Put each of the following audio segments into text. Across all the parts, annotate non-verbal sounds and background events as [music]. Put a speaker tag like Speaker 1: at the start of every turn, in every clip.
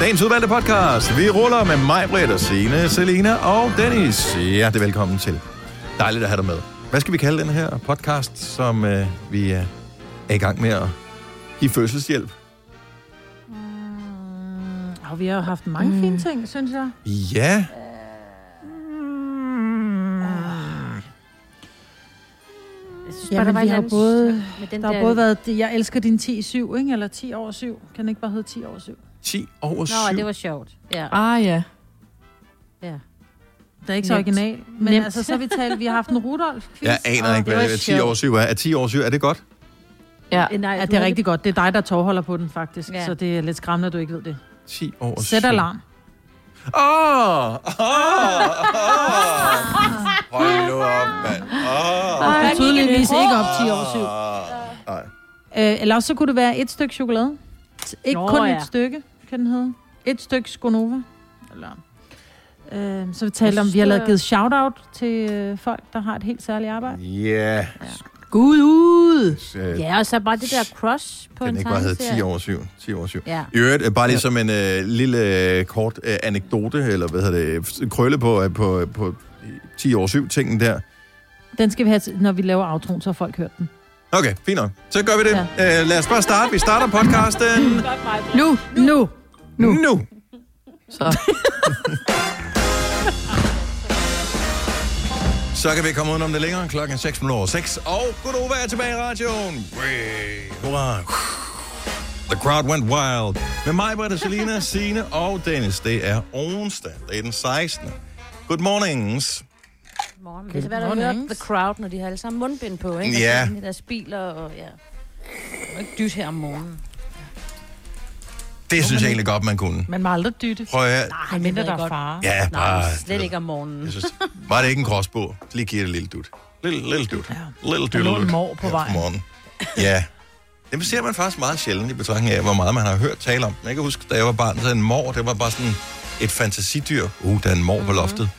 Speaker 1: Dagens udvalgte podcast. Vi ruller med mig, Britt og Signe, Selina og Dennis. Hjertelig velkommen til. Dejligt at have dig [laughs] med. Hvad skal vi kalde den her podcast, som øh, vi øh, er i gang med at give fødselshjælp?
Speaker 2: Og vi har jo haft mange mm. fine ting, synes jeg.
Speaker 1: Ja.
Speaker 3: Mm.
Speaker 2: Ah.
Speaker 3: Jeg synes
Speaker 2: Ja, men vi har både,
Speaker 3: med den
Speaker 2: der har både været, det, jeg elsker din 10-7, ikke? Eller 10 over 7. Kan den ikke bare hedde 10 over 7?
Speaker 1: 10 over 7.
Speaker 3: Nå, det var sjovt. Ja,
Speaker 4: Ah ja.
Speaker 3: ja.
Speaker 2: Det er ikke så
Speaker 3: Nemt.
Speaker 2: original. Men
Speaker 3: Nemt.
Speaker 2: altså, så har vi talt, vi har haft en
Speaker 1: [laughs]
Speaker 2: Rudolf-quiz.
Speaker 1: Jeg aner
Speaker 2: og-
Speaker 1: ikke,
Speaker 3: det
Speaker 1: hvad
Speaker 3: var
Speaker 1: 10 over 7 er. Er 10 over 7, er det godt?
Speaker 4: Ja.
Speaker 3: Eh, Nej,
Speaker 2: Ja,
Speaker 3: du
Speaker 2: det er
Speaker 3: havde
Speaker 2: rigtig godt. Det er dig, der tovholder på den, faktisk.
Speaker 3: Ja.
Speaker 2: Så det er lidt skræmmende, at du ikke ved det.
Speaker 1: 10 over 7.
Speaker 2: Sæt alarm.
Speaker 1: Åh! Åh! Hold nu op, mand. Åh!
Speaker 2: Og
Speaker 3: Ej,
Speaker 2: tydeligvis
Speaker 3: Michael.
Speaker 2: ikke op 10 over 7.
Speaker 1: Nej.
Speaker 2: Øh, eller også så kunne det være et stykke chokolade. T- Ikke
Speaker 3: Nå,
Speaker 2: kun
Speaker 3: ja.
Speaker 2: et stykke, kan den hedde. Et stykke Skonova. Eller... Øh, så vi talte om, vi har lavet givet shout-out til øh, folk, der har et helt særligt arbejde.
Speaker 1: Ja.
Speaker 4: Gud ud.
Speaker 1: øh,
Speaker 3: Ja, og så bare det der crush på
Speaker 1: Kan
Speaker 3: en
Speaker 1: den ikke bare hedde 10
Speaker 3: tegneserie.
Speaker 1: over 7? 10 over 7.
Speaker 3: Ja.
Speaker 1: I øvrigt, øh, bare lige som en øh, lille øh, kort øh, anekdote, eller hvad hedder det, f- krølle på, øh, på, øh, på 10 over 7 tingen der.
Speaker 2: Den skal vi have, til- når vi laver outroen, så har folk hørt den.
Speaker 1: Okay, fint nok. Så gør vi det. Ja. Øh, lad os bare starte. Vi starter podcasten
Speaker 2: Nu! Nu!
Speaker 1: nu. nu.
Speaker 4: Så.
Speaker 1: Så kan vi komme udenom det længere. Klokken er 6 minutter over 6. Og Godova er tilbage i radioen. Way. Hurra. The crowd went wild. Med mig, Britta, Selina, Signe og Dennis. Det er onsdag. Det er den 16. Good mornings.
Speaker 3: Morgen. Det er svært at høre
Speaker 2: Mornings.
Speaker 3: The Crowd, når de har alle sammen mundbind på, ikke? Og
Speaker 1: Ja.
Speaker 3: så inde i deres biler, og ja. Og ikke dyt her om morgenen.
Speaker 1: Det synes jeg egentlig godt, man kunne.
Speaker 2: Man må aldrig dytte.
Speaker 1: Prøv at høre.
Speaker 2: Ej, mindre
Speaker 3: ved jeg
Speaker 2: der er
Speaker 3: godt.
Speaker 2: fare.
Speaker 1: Ja, bare...
Speaker 3: Nej, slet ikke om morgenen. [laughs]
Speaker 1: Jeg synes, var det ikke en gråsbog? Lige giv det et lille dut. Lille, lille dut. Lille dut.
Speaker 2: lå en mor på vejen.
Speaker 1: Morgen. Ja. Dem ser man faktisk meget sjældent i betragtning af, hvor meget man har hørt tale om. Jeg kan huske, da jeg var barn, så en mor, det var bare sådan et fantasidyr. Uh, der er en mor
Speaker 2: Mhm.
Speaker 1: på loftet.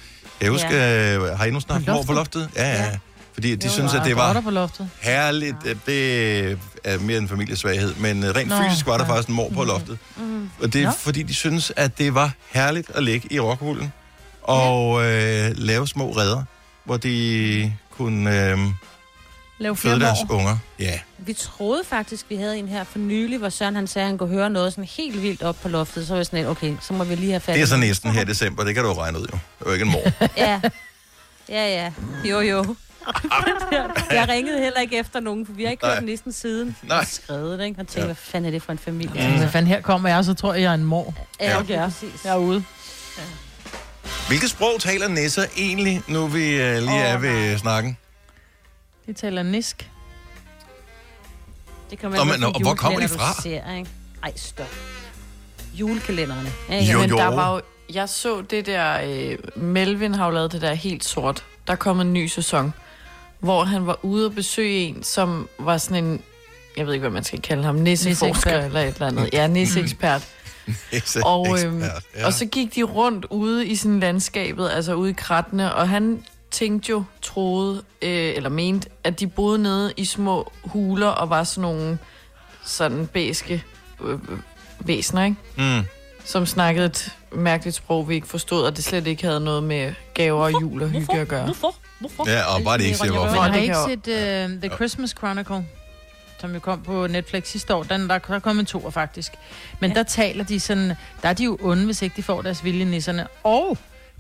Speaker 1: Jeg husker, ja. har I nu snart mor på loftet? Ja, ja. ja. Fordi de synes, at det var
Speaker 2: Der på loftet.
Speaker 1: herligt. at Det er mere en familiesvaghed, men øh, rent Nå,
Speaker 2: Nå,
Speaker 1: fysisk var der
Speaker 2: ja. Mhm.
Speaker 1: faktisk en mor på loftet. Mm. Og det er
Speaker 2: Nå.
Speaker 1: fordi, de synes, at det var herligt at ligge i rockhullen og øh, lave små redder, hvor de kunne øh,
Speaker 2: Lav flere
Speaker 1: føde deres
Speaker 2: år.
Speaker 1: unger. Ja.
Speaker 3: Vi troede faktisk, vi havde en her for nylig, hvor Søren han sagde, at han kunne høre noget sådan helt vildt op på loftet. Så var jeg sådan lidt, okay, så må vi lige have fat i
Speaker 1: Det er så
Speaker 3: den.
Speaker 1: næsten her i december, det kan du jo regne ud jo. Det er jo ikke en mor.
Speaker 3: Ja, ja, ja. Jo,
Speaker 1: [laughs]
Speaker 3: jo. jeg ringede heller ikke efter nogen, for vi har ikke
Speaker 1: Nej.
Speaker 3: hørt næsten siden.
Speaker 1: Nej.
Speaker 3: Jeg skrevet det, ikke? Og tænkte,
Speaker 1: Ja.
Speaker 3: hvad fanden er det for en familie?
Speaker 2: Ja, Hvad fanden her kommer jeg, så tror jeg, jeg er en mor.
Speaker 3: Ja,
Speaker 1: Ja.
Speaker 3: okay, præcis.
Speaker 2: Jeg er ude.
Speaker 1: Hvilket sprog taler nisser egentlig, nu vi øh, lige oh, er ved nej. snakken?
Speaker 2: De taler nisk.
Speaker 3: Det kommer
Speaker 1: Nå,
Speaker 3: an på,
Speaker 1: men-
Speaker 3: hvilken
Speaker 1: og hvor kommer de
Speaker 3: julekalender, du
Speaker 1: fra?
Speaker 3: Ser, ikke? Ej, stop. Julekalenderne.
Speaker 1: Jo,
Speaker 3: Ikke?
Speaker 4: Men
Speaker 1: jo.
Speaker 4: der var jo... Jeg så det der... Øh, Melvin har jo lavet det der helt sort. Der kom en ny sæson, hvor han var ude og besøge en, som var sådan en... Jeg ved ikke, hvad man skal kalde ham. Nisseforsker
Speaker 2: Nisseekspert.
Speaker 4: eller et eller andet. Ja, nisseekspert.
Speaker 1: [laughs] Nisse
Speaker 4: Og, øhm,
Speaker 1: ekspert,
Speaker 4: ja. og så gik de rundt ude i sådan landskabet, altså ude i krattene, og han tænkte jo, troede, øh, eller mente, at de boede nede i små huler og var sådan nogle sådan bæske øh, væsener, ikke?
Speaker 1: Mm.
Speaker 4: Som snakkede et mærkeligt sprog, vi ikke forstod, og det slet ikke havde noget med gaver og jul og hygge at gøre.
Speaker 3: Hvorfor? Hvorfor?
Speaker 1: Ja, og bare det ikke siger, hvorfor.
Speaker 2: Men
Speaker 4: Nå,
Speaker 2: har
Speaker 4: det
Speaker 2: I ikke
Speaker 4: kan
Speaker 2: set uh, The Christmas Chronicle, som jo kom på Netflix sidste år? Den, der, der kom en toer faktisk. Men ja. der taler de sådan, der er de jo onde, hvis ikke de får deres vilje nisserne. Og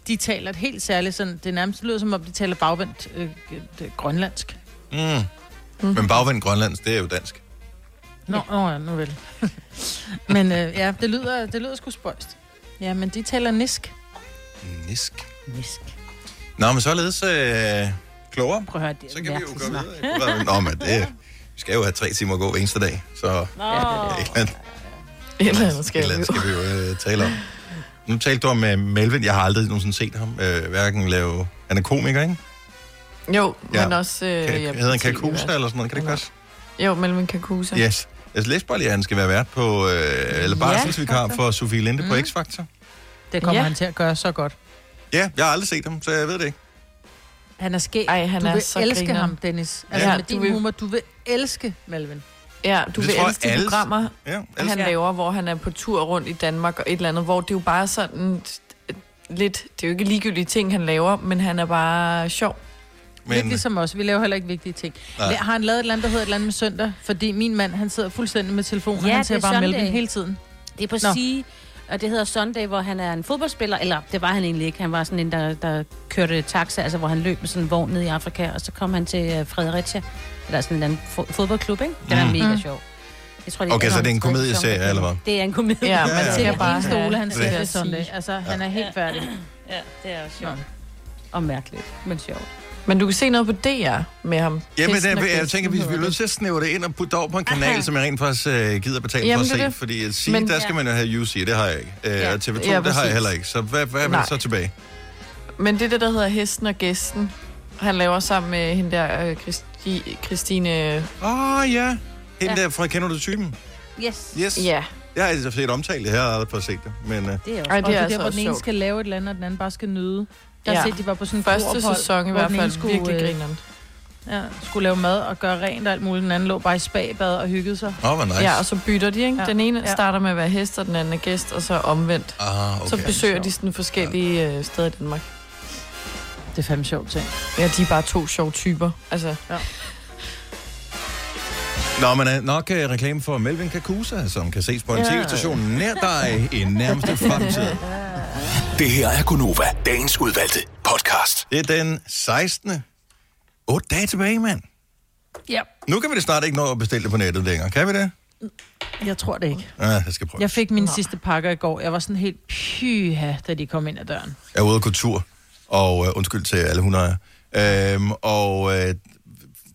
Speaker 2: de taler et helt særligt sådan, det nærmest lyder som om, de taler bagvendt øh, det, grønlandsk.
Speaker 1: Mm. Mm. Men bagvendt grønlandsk, det er jo dansk.
Speaker 2: Nå, nå ja, nu vel. [laughs] men øh, ja, det lyder, det lyder sgu spøjst. Ja, men de taler nisk.
Speaker 1: Nisk.
Speaker 3: Nisk.
Speaker 1: Nå, men således øh, klogere.
Speaker 3: Prøv at høre, det er
Speaker 1: Så kan vi jo
Speaker 3: mærkeligt
Speaker 1: gå
Speaker 3: snak.
Speaker 1: videre. Nå, men det, vi skal jo have tre timer at gå hver eneste dag, så
Speaker 3: Nå,
Speaker 1: et eller andet,
Speaker 4: Et eller andet
Speaker 1: et
Speaker 4: skal
Speaker 1: eller
Speaker 4: jeg
Speaker 1: andet skal vi jo øh, tale om. Nu talte du om øh, Melvin. Jeg har aldrig nogensinde set ham. Øh, hverken lave... Han er komiker, ikke?
Speaker 4: Jo,
Speaker 1: Ja.
Speaker 4: men også... Øh,
Speaker 1: Kan,
Speaker 4: ja,
Speaker 1: hedder han
Speaker 4: TV-vært.
Speaker 1: Kakusa eller sådan noget? Kan det ikke
Speaker 4: Eller-
Speaker 1: passe?
Speaker 4: Jo, Melvin Kakusa.
Speaker 1: Yes. Jeg læste bare lige, at han skal være vært på... Øh, eller barselsvikar
Speaker 2: X-Factor.
Speaker 1: for Sofie Linde mm. på
Speaker 2: Mm.
Speaker 1: X-Factor.
Speaker 2: Det kommer ja.
Speaker 4: Ja.
Speaker 2: han til at gøre så godt.
Speaker 1: Ja, jeg har aldrig set ham, så jeg ved det ikke.
Speaker 2: Han er skæg.
Speaker 4: Ej, han
Speaker 2: du
Speaker 4: er
Speaker 2: vil
Speaker 4: så
Speaker 2: elske
Speaker 4: grineren.
Speaker 2: ham, Dennis. Altså ja,
Speaker 4: Ja,
Speaker 2: med
Speaker 4: du
Speaker 2: din vil...
Speaker 4: vil-
Speaker 2: humor, du vil elske Melvin.
Speaker 4: Ja, du
Speaker 1: Det
Speaker 4: vil
Speaker 1: tror jeg,
Speaker 4: elske de
Speaker 1: alle-
Speaker 4: programmer,
Speaker 1: Ja,
Speaker 4: han
Speaker 1: altså,
Speaker 3: Ja.
Speaker 4: laver, hvor han er på tur rundt i Danmark og et eller andet, hvor det er jo bare sådan øh, lidt, det er jo ikke ligegyldige ting, han laver, men han er bare sjov.
Speaker 2: Men... Lidt
Speaker 1: men
Speaker 2: ligesom os. Vi laver heller ikke vigtige ting.
Speaker 1: Nej.
Speaker 2: Nej. Har han lavet et eller andet, der hedder et eller andet med søndag? Fordi min mand, han sidder fuldstændig med telefonen,
Speaker 3: Ja,
Speaker 2: ja, han
Speaker 3: det
Speaker 2: ser
Speaker 3: er
Speaker 2: bare
Speaker 3: Sunday.
Speaker 2: mælken hele tiden.
Speaker 3: Det er på
Speaker 2: Nå.
Speaker 3: sige, og det hedder Sunday, hvor han er en fodboldspiller, eller det var han egentlig ikke. Han var sådan en, der, der kørte taxa, altså hvor han løb med sådan en vogn ned i Afrika, og så kom han til øh, Fredericia, eller sådan en eller anden fo- fodboldklub, ikke? Den er
Speaker 1: Mm.
Speaker 3: mega
Speaker 2: Mm.
Speaker 3: sjov. Jeg tror,
Speaker 1: Okay, så
Speaker 3: en
Speaker 1: det er en
Speaker 3: tredje
Speaker 1: komedieserie,
Speaker 3: sæson, der
Speaker 1: eller hvad?
Speaker 3: kommer. [laughs] Det er en komedie.
Speaker 4: Ja, man
Speaker 1: ja.
Speaker 4: skal
Speaker 2: Til
Speaker 1: kan
Speaker 2: bare
Speaker 4: bare
Speaker 2: en stole, han
Speaker 4: det
Speaker 2: sidder
Speaker 4: vil
Speaker 2: ved
Speaker 4: jeg
Speaker 2: Sunday.
Speaker 4: sige.
Speaker 2: Altså, han er helt færdig.
Speaker 3: [clears throat] ja, det er også
Speaker 2: Nå.
Speaker 3: sjovt. Og mærkeligt, men sjovt.
Speaker 4: Men du kan se noget på DR med ham.
Speaker 1: Jamen,
Speaker 4: Kristen
Speaker 1: der,
Speaker 4: og
Speaker 1: jeg
Speaker 4: Kirsten
Speaker 1: tænker, vi
Speaker 4: hedder
Speaker 1: bliver nødt til at snæve det ind og putte det over på en kanal,
Speaker 3: Aha.
Speaker 1: som jeg rent faktisk øh, gider betale
Speaker 4: Jamen,
Speaker 1: for at
Speaker 4: det er
Speaker 1: se.
Speaker 4: det.
Speaker 1: Fordi at sige,
Speaker 4: Men-
Speaker 1: der skal man jo have UC, det har jeg ikke. Øh,
Speaker 3: Ja.
Speaker 1: og TV2,
Speaker 4: Ja,
Speaker 1: det har jeg
Speaker 4: præcis.
Speaker 1: heller ikke. Så hvad, hvad er man
Speaker 4: Nej.
Speaker 1: så tilbage?
Speaker 4: det. Men det der, der hedder Hesten og Gæsten, han laver sammen med hende der, øh, Christi, Christine...
Speaker 1: Åh, oh, ja. Hende
Speaker 3: Ja.
Speaker 1: der fra Kender du typen?
Speaker 3: Yes,
Speaker 1: Yes.
Speaker 4: Ja,
Speaker 1: Jeg har altså set omtalt det her, og aldrig fået set det. Men øh,
Speaker 3: det er også
Speaker 4: Ej,
Speaker 2: Og det er
Speaker 4: altså
Speaker 2: der, hvor den
Speaker 4: også
Speaker 2: ene
Speaker 4: sjovt.
Speaker 2: skal lave et eller andet, og den anden bare skal nyde. Der
Speaker 4: Ja.
Speaker 2: ja. set, de var på sådan en
Speaker 4: Første
Speaker 2: kroophold,
Speaker 4: sæson i
Speaker 2: hvor
Speaker 4: hvert
Speaker 2: den ene
Speaker 4: fald
Speaker 2: skulle,
Speaker 4: virkelig
Speaker 2: øh,
Speaker 4: grineren.
Speaker 2: Ja, skulle lave mad og gøre rent og alt muligt. Den anden lå bare i spabad og hyggede sig.
Speaker 1: åh, oh, hvor nice.
Speaker 4: Ja, og så bytter de, ikke?
Speaker 2: Ja.
Speaker 4: Den ene
Speaker 2: Ja.
Speaker 4: starter med at være hest, og den anden er gæst, og så omvendt.
Speaker 1: Ah, okay.
Speaker 4: Så besøger de sådan forskellige øh, steder i Danmark.
Speaker 2: Det er fandme sjovt ting.
Speaker 4: Ja, de er bare to sjove typer. Altså,
Speaker 1: Nå, men øh, nok øh, reklame for Melvin Kakusa, som kan ses på en
Speaker 2: Ja.
Speaker 1: tv-station nær dig i nærmeste fremtid.
Speaker 5: [laughs] Det her er Gunova, dagens udvalgte podcast.
Speaker 1: Det er den 16. 8 dage tilbage, mand.
Speaker 2: Ja.
Speaker 1: Nu kan vi det snart ikke nå at bestille det på nettet længere. Kan vi det?
Speaker 2: Jeg tror det ikke.
Speaker 1: Ja, jeg skal prøve.
Speaker 2: Jeg fik min sidste pakker i går. Jeg var sådan helt pyha, da de kom ind ad døren.
Speaker 1: Jeg er ude at gå tur, og øh, undskyld til alle hundeejere. Øhm, og øh,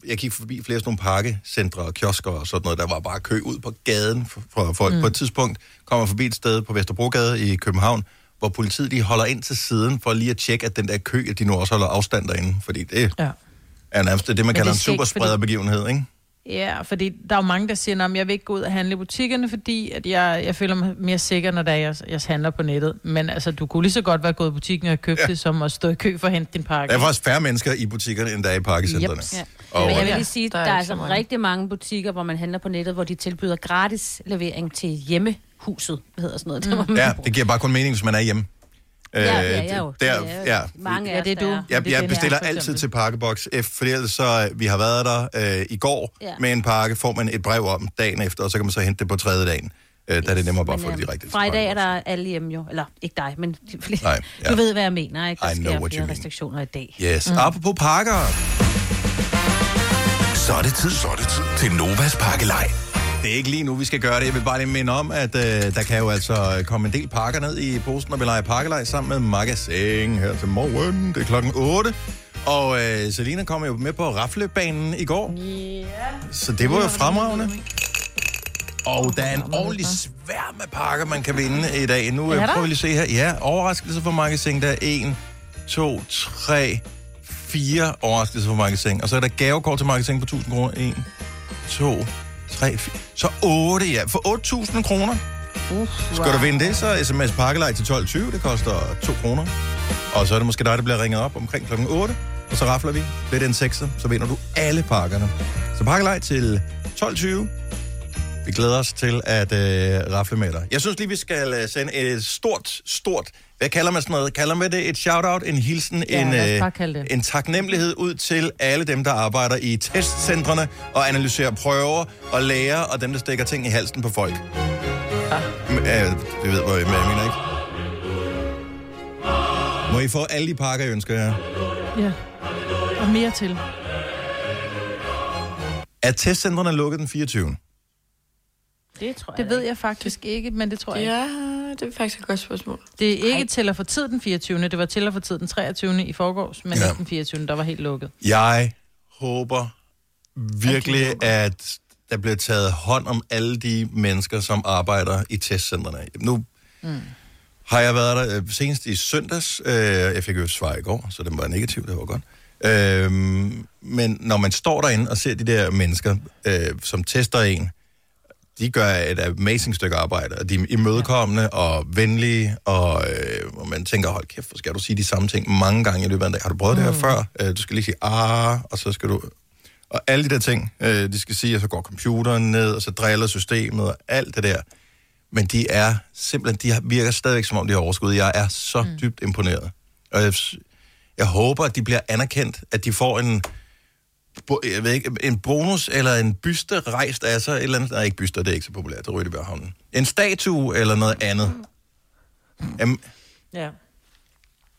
Speaker 1: jeg gik forbi flere sådan nogle pakkecentre og kiosker og sådan noget. Der var bare kø ud på gaden for, for folk. Mm. På et tidspunkt kommer jeg forbi et sted på Vesterbrogade i København, hvor politiet de holder ind til siden for lige at tjekke, at den der kø, at de nu også holder afstand derinde. Fordi det
Speaker 2: Ja.
Speaker 1: er nærmest det, man
Speaker 2: det er
Speaker 1: kalder en
Speaker 2: sikkert, fordi-
Speaker 1: supersprederbegivenhed, ikke?
Speaker 2: Ja, fordi der er jo mange, der siger, at jeg vil ikke gå ud og handle i butikkerne, fordi at jeg, jeg føler mig mere sikker, når det er, jeg, jeg handler på nettet. Men altså, du kunne lige så godt være gået i butikken og købt
Speaker 1: Ja.
Speaker 2: ja. det, som at stå i kø for at hente din pakke.
Speaker 1: Der er faktisk færre mennesker i butikkerne, end der er i pakkecentrene.
Speaker 2: Jeps.
Speaker 3: Ja.
Speaker 1: Og, øh,
Speaker 3: Men jeg vil
Speaker 2: Ja,
Speaker 3: lige sige,
Speaker 4: der
Speaker 3: der
Speaker 4: er
Speaker 3: er,
Speaker 4: ikke så
Speaker 3: altså
Speaker 4: mange.
Speaker 3: rigtig mange butikker, hvor man handler på nettet, hvor de tilbyder gratis levering til hjemmehuset, hedder sådan noget. Mm. Det,
Speaker 1: ja, det giver bare kun mening, hvis man er hjemme.
Speaker 3: ja,
Speaker 1: Øh,
Speaker 3: ja, ja, jo.
Speaker 1: Der,
Speaker 3: Det er jo
Speaker 1: ja.
Speaker 3: Mange
Speaker 2: Ja,
Speaker 3: af
Speaker 2: det er
Speaker 3: os, der
Speaker 2: du.
Speaker 1: Jeg,
Speaker 2: Det er
Speaker 1: jeg
Speaker 2: den her,
Speaker 1: bestiller
Speaker 2: for
Speaker 1: altid
Speaker 2: eksempel.
Speaker 1: til pakkeboks, F, fordi ellers så, øh, vi har været der øh, i går
Speaker 3: Ja.
Speaker 1: med en pakke, får man et brev om dagen efter, og så kan man så hente det på tredje dagen. Øh, der er det nemmere bare at få
Speaker 3: Men,
Speaker 1: det
Speaker 3: øhm,
Speaker 1: direkte. til
Speaker 3: Fredag er
Speaker 1: pakkeboks.
Speaker 3: der alle hjemme jo. Eller ikke dig, men de fleste.
Speaker 1: Nej, ja.
Speaker 3: Du ved, hvad jeg mener, ikke? Der
Speaker 1: I know
Speaker 3: sker
Speaker 1: what you
Speaker 3: flere
Speaker 1: mean.
Speaker 3: restriktioner i dag.
Speaker 1: Yes. Mm. Apropos pakker.
Speaker 5: Så er det tid, så er det tid til Novas pakkelej.
Speaker 1: Det er ikke lige nu, vi skal gøre det. Jeg vil bare lige minde om, at øh, der kan jo altså komme en del pakker ned i posten, når vi leger pakkelej sammen med Magasin her til morgen. Det er klokken 8. Og øh, Selina kom jo med på raflebanen i går. Yeah. Så det var jo fremragende. Og der er en ordentlig sværm af pakker, man kan vinde i dag. Nu øh,
Speaker 2: Er der?
Speaker 1: prøver vi lige at se her. Ja, overraskelse for Magasin. Der er 1, 2, 3, 4 overraskelser for Magasin. Og så er der gavekort til Magasin på 1000 kroner. 1, 2, 3, 4. Så 8, ja. For 8000 kroner. Skal du vinde det, så sms pakkelej til 12.20. Det koster 2 kroner. Og så er det måske dig, der bliver ringet op omkring klokken 8. Og så rafler vi lidt en sekser, så vinder du alle pakkerne. Så pakkelej til 12.20. Vi glæder os til at øh, rafle med dig. Jeg synes lige, vi skal øh, sende et stort, stort... Hvad kalder man sådan noget? Kalder man det et shout-out, en hilsen,
Speaker 2: Ja,
Speaker 1: en,
Speaker 2: lad os
Speaker 1: øh,
Speaker 2: bare kalde det.
Speaker 1: en taknemmelighed ud til alle dem, der arbejder i testcentrene og analyserer prøver og lærer og dem, der stikker ting i halsen på folk. Ja. Øh, det ved, hvor jeg hvad jeg mener, ikke? Må I få alle de pakker, jeg ønsker jer?
Speaker 2: Ja. Og mere til.
Speaker 1: Er testcentrene lukket den 24.
Speaker 3: Det tror jeg
Speaker 2: Det ved jeg faktisk ikke, men det tror jeg ikke.
Speaker 4: ja, det er faktisk et godt spørgsmål.
Speaker 2: Det er ikke til at få tid den 24. Det var til at få tid den 23. i forgårs, men
Speaker 1: Ja.
Speaker 2: ikke den 24. der var helt lukket.
Speaker 1: Jeg håber virkelig, at der bliver taget hånd om alle de mennesker, som arbejder i testcentrene. Nu
Speaker 2: Mm.
Speaker 1: har jeg været der øh, senest i søndags. Øh, jeg fik jo et svar i går, så den var negativ, det var godt. Øh, men når man står derinde og ser de der mennesker, øh, som tester en, de gør et amazing stykke arbejde, og de er imødekommende og venlige, og, øh, og man tænker, hold kæft, hvor skal du sige de samme ting mange gange i løbet af en dag? Har du prøvet mm. det her før? Øh, du skal lige sige, ah, og så skal du... og alle de der ting, øh, de skal sige, og så går computeren ned, og så driller systemet og alt det der. Men de er simpelthen, de har- virker stadigvæk som om de har overskud. Jeg er så mm. dybt imponeret. Og jeg, s- jeg håber, at de bliver anerkendt, at de får en, bo- jeg ved ikke, en bonus eller en byste rejst af sig. Et eller andet, nej, ikke byster, det er ikke så populært, det ryger de bare havnen. En statue eller noget andet. Jamen,
Speaker 2: Ja.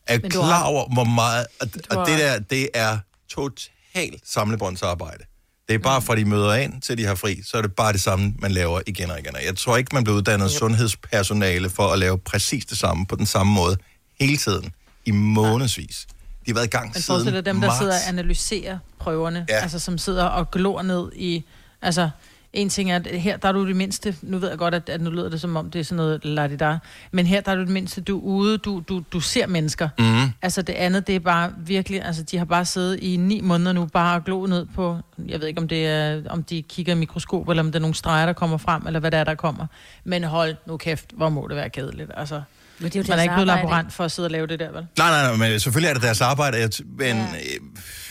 Speaker 1: er
Speaker 2: Men du har-
Speaker 1: klar over, hvor meget... Og,
Speaker 4: har-
Speaker 1: og det der, det er totalt samlebåndsarbejde. Det er bare fra de møder ind, til de har fri, så er det bare det samme, man laver igen og igen. Og Jeg tror ikke, man bliver uddannet sundhedspersonale for at lave præcis det samme på den samme måde hele tiden i månedsvis. De har været i gang
Speaker 2: Men
Speaker 1: siden
Speaker 2: forestil dig dem, der
Speaker 1: marts.
Speaker 2: sidder og analyserer prøverne,
Speaker 1: Ja.
Speaker 2: ja. altså som sidder og glor ned i... Altså, en ting er, at her der er du det mindste, nu ved jeg godt, at, at nu lyder det som om, det er sådan noget ladidar, men her der er du det mindste, du er ude, du, du, du ser mennesker.
Speaker 1: Mm-hmm.
Speaker 2: Mm. Altså det andet, det er bare virkelig, altså de har bare siddet i ni måneder nu, bare og gloet ned på, jeg ved ikke om det er, om de kigger i mikroskop, eller om der er nogle streger, der kommer frem, eller hvad der er, der kommer. Men hold nu kæft, hvor må det være kedeligt, altså.
Speaker 3: Men det er jo
Speaker 2: Man er
Speaker 3: deres
Speaker 2: ikke blevet
Speaker 3: arbejde.
Speaker 2: laborant for at sidde og lave det der, vel?
Speaker 1: Nej, nej, nej, men selvfølgelig er det deres arbejde, jeg t- men øh, ja.
Speaker 3: Ja.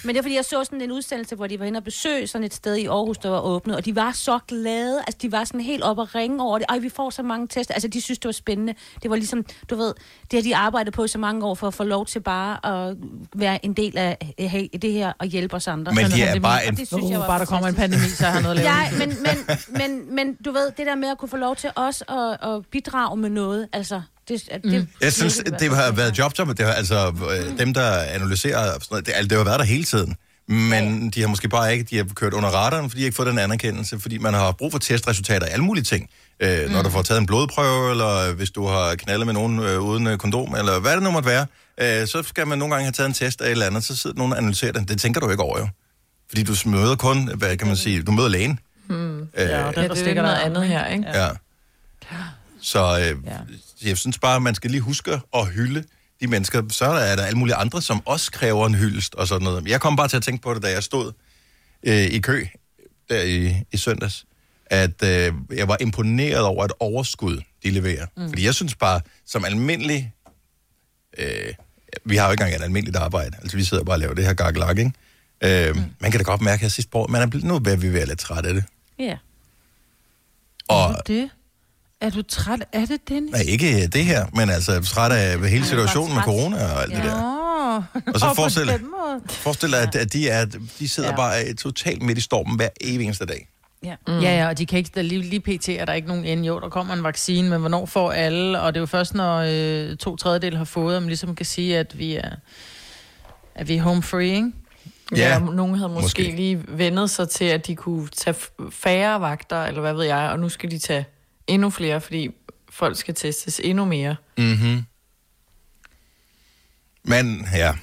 Speaker 3: Men det er fordi, jeg så sådan en udsendelse, hvor de var henne og besøge sådan et sted i Aarhus, der var åbnet, og de var så glade, altså de var sådan helt oppe og ringe over det. Ej, vi får så mange tester. Altså, de synes, det var spændende. Det var ligesom, du ved, det har de arbejdet på i så mange år for at få lov til bare at være en del af øh, hey, det her og hjælpe os andre.
Speaker 1: men de
Speaker 2: det
Speaker 1: er
Speaker 2: er
Speaker 1: bare
Speaker 2: min-
Speaker 1: en
Speaker 3: det
Speaker 2: Synes
Speaker 3: synes
Speaker 2: uh,
Speaker 3: jeg var
Speaker 2: bare der kommer en pandemi, så har jeg
Speaker 3: [laughs]
Speaker 2: noget at lave.
Speaker 3: Ja, men, men, men, men du ved, det der med at kunne få lov til os at, at bidrage med noget, altså... Det, at det,
Speaker 1: Mm. Jeg synes, det har været jobjob, det har, altså øh, dem, der analyserer, og sådan noget, det, altså, det har været der hele tiden. Men ja. de har måske bare ikke, de har kørt under radaren, fordi de ikke fået den anerkendelse, fordi man har brug for testresultater af alle mulige ting. Øh, mm. Når du får taget en blodprøve, eller hvis du har knaldet med nogen øh, uden øh, kondom, eller hvad det nu måtte være, øh, så skal man nogle gange have taget en test af et eller andet, så sidder nogen og analyserer den. Det tænker du ikke over, jo. Fordi du møder kun, hvad kan man sige, du møder lægen. Hmm. Øh, ja,
Speaker 4: Ja, det er lidt noget andet her, ikke?
Speaker 1: Ja. Så øh, ja.
Speaker 2: Ja.
Speaker 1: jeg synes bare, man skal lige huske at hylde de mennesker. Så er der alle mulige andre, som også kræver en hyldest og sådan noget. Jeg kom bare til at tænke på det, da jeg stod øh, i kø der i, i søndags, at øh, jeg var imponeret over et overskud, de leverer. Mm. Fordi jeg synes bare, som almindelig... Øh, vi har jo ikke engang et almindeligt arbejde. Altså, vi sidder bare og laver det her gakkelak, ikke? Øh, mm. Man kan da godt mærke her sidste år, man er blevet, nu er vi ved at lidt træt af det.
Speaker 3: Ja.
Speaker 1: Og,
Speaker 2: Er du det? Er du træt af det, Dennis?
Speaker 1: Nej, ikke øh, det her, men altså træt af hele situationen med
Speaker 3: træt.
Speaker 1: corona og alt ja. det
Speaker 3: Ja.
Speaker 1: der.
Speaker 2: Åh,
Speaker 1: Og så
Speaker 2: Nå, på
Speaker 1: forestil dig-
Speaker 2: den måde.
Speaker 1: Forestil dig, at, at de, er, de sidder ja.
Speaker 2: Ja.
Speaker 1: bare øh, totalt midt i stormen hver evig eneste dag.
Speaker 3: Ja.
Speaker 2: Mm. Ja, ja, og de kan ikke, der lige, lige pt. er der ikke nogen ende. Jo, der kommer en vaccine, men hvornår får alle? Og det er jo først, når øh, to tredjedel har fået, at man ligesom kan sige, at vi er, at vi er home free, ikke?
Speaker 1: Ja,
Speaker 4: Ja, ja nogen havde måske,
Speaker 1: måske.
Speaker 4: måske lige vendet sig til, at de kunne tage f- færre vagter, eller hvad ved jeg, og nu skal de tage endnu flere, fordi folk skal testes endnu mere.
Speaker 1: Mm-hmm. Men ja.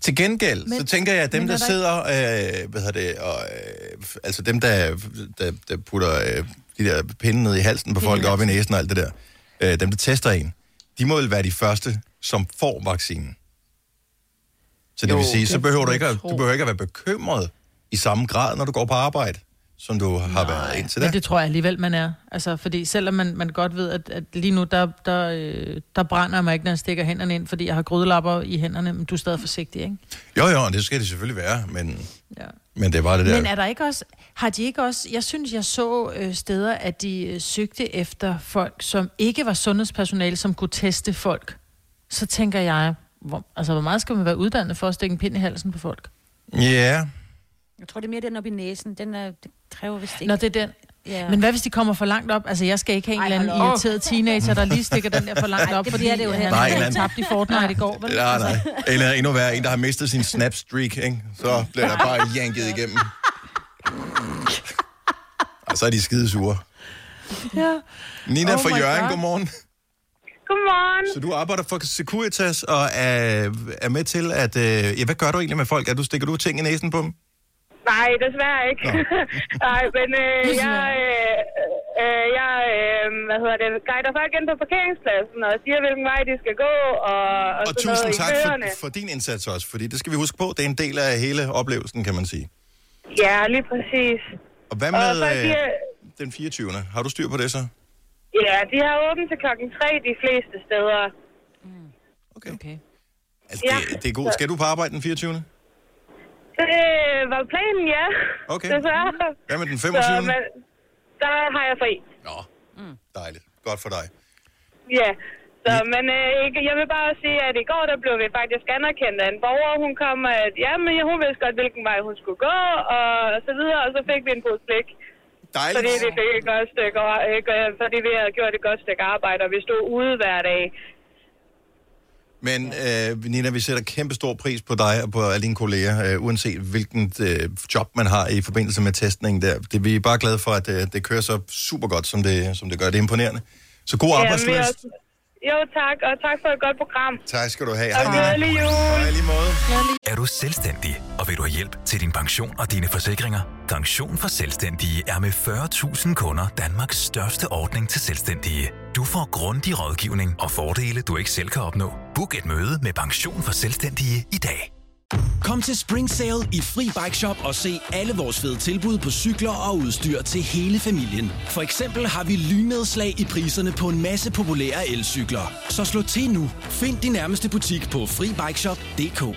Speaker 1: Til gengæld, men,
Speaker 2: Men-
Speaker 1: så tænker jeg, at dem,
Speaker 2: men
Speaker 1: der
Speaker 2: er der
Speaker 1: sidder, øh, hvad hedder det, og, øh, f- altså dem, der, der, der putter øh, de der pinde ned i halsen på folk, op i næsen og alt det der, øh, dem, der tester en, de må vel være de første, som får vaccinen. Så det jo, vil sige, så behøver du, ikke at, du behøver ikke at være bekymret i samme grad, når du går på arbejde, som du har Nej, været indtil da.
Speaker 2: Men det tror jeg alligevel, man er. Altså, fordi selvom man, man godt ved, at, at lige nu, der, der, øh, der brænder mig ikke, når jeg stikker hænderne ind, fordi jeg har grydelapper i hænderne, men du er stadig forsigtig, ikke?
Speaker 1: Jo, jo, og det skal det selvfølgelig være, men,
Speaker 2: Ja.
Speaker 1: men det er bare det der.
Speaker 2: Men er der ikke også, har de ikke også, jeg synes, jeg så øh, steder, at de øh, søgte efter folk, som ikke var sundhedspersonale, som kunne teste folk. Så tænker jeg, hvor, altså hvor meget skal man være uddannet for at stikke en pind i halsen på folk?
Speaker 1: Ja,
Speaker 3: Jeg tror, det er mere den op i næsen. Den er, det kræver vist ikke.
Speaker 2: Nå, det er den.
Speaker 3: ja.
Speaker 2: Men hvad hvis de kommer for langt op? Altså, jeg skal ikke have en
Speaker 3: Ej,
Speaker 2: eller anden
Speaker 3: hold op.
Speaker 2: irriteret teenager, der lige stikker den der for langt
Speaker 3: Ej,
Speaker 2: op,
Speaker 3: det
Speaker 2: fordi
Speaker 3: bliver det jo
Speaker 2: han
Speaker 3: heller
Speaker 1: ikke. Nej,
Speaker 2: har
Speaker 1: men-
Speaker 2: tabt i Fortnite i går, vel?
Speaker 1: Nej, nej. Eller endnu værre, en, der har mistet sin snapstreak, ikke? Så bliver der bare janket igennem. Og så er de skide sure.
Speaker 2: Ja.
Speaker 1: Nina oh
Speaker 2: Oh
Speaker 1: fra
Speaker 2: my
Speaker 1: Jørgen,
Speaker 2: God.
Speaker 1: godmorgen.
Speaker 6: Godmorgen.
Speaker 1: Så du arbejder for Securitas og er, er med til at... Øh, ja, hvad gør du egentlig med folk? Er du, stikker du ting i næsen på dem?
Speaker 6: Nej, desværre ikke. [laughs] Nej, men øh, jeg, øh, øh, jeg øh, hvad hedder det, guider folk ind på parkeringspladsen og siger, hvilken vej de skal gå. Og, og,
Speaker 1: Og
Speaker 6: sådan
Speaker 1: tusind
Speaker 6: noget i
Speaker 1: tak
Speaker 6: køerne.
Speaker 1: for, for din indsats også, fordi det skal vi huske på. Det er en del af hele oplevelsen, kan man sige.
Speaker 6: Ja, lige præcis.
Speaker 1: Og hvad
Speaker 6: Og
Speaker 1: med
Speaker 6: folk, de,
Speaker 1: øh,
Speaker 6: er-
Speaker 1: den 24. Har du styr på det så?
Speaker 6: ja, de har åbent til klokken 3 de fleste steder.
Speaker 1: Okay.
Speaker 2: Okay.
Speaker 1: Altså, det, det er godt. Skal du på arbejde den 24.?
Speaker 6: Det var planen, ja.
Speaker 1: Okay.
Speaker 6: [laughs] Desværre.
Speaker 1: Hvad med den
Speaker 6: Så,
Speaker 1: 25.
Speaker 6: men, der har jeg fri.
Speaker 1: Nå, dejligt. Godt for dig.
Speaker 6: Ja, så, men øh, ikke- jeg vil bare sige, at i går der blev vi faktisk anerkendt af en borger. Hun kom, at jamen, hun vidste godt, hvilken vej hun skulle gå, og så videre, og så fik vi en pose blik.
Speaker 1: Dejligt.
Speaker 6: Fordi vi fik et godt stykke, ar- ikke, øh, fordi vi havde gjort et godt stykke arbejde, og vi stod ude hver dag.
Speaker 1: Men øh, Nina, vi sætter kæmpe stor pris på dig og på alle dine kolleger, øh, uanset hvilken øh, job man har i forbindelse med testningen der. Det, vi er bare glade for, at øh, det kører så super godt, som det, som det gør. Det er imponerende. Så god
Speaker 6: Øhm, vi er
Speaker 1: arbejdsløs.
Speaker 6: også- Jo, tak, og tak for et godt program.
Speaker 1: Tak skal du have.
Speaker 6: Og
Speaker 1: Hej, Nina.
Speaker 6: glædelig jul.
Speaker 1: Hej, lige måde.
Speaker 7: Er du selvstændig, og vil du have hjælp til din pension og dine forsikringer? Pension for Selvstændige er med 40.000 kunder Danmarks største ordning til selvstændige. Du får grundig rådgivning og fordele, du ikke selv kan opnå. Book et møde med Pension for Selvstændige i dag.
Speaker 8: Kom til Spring Sale i Fri Bike Shop og se alle vores fede tilbud på cykler og udstyr til hele familien. For eksempel har vi lynedslag i priserne på en masse populære elcykler. Så slå til nu. Find din nærmeste butik på FriBikeShop.dk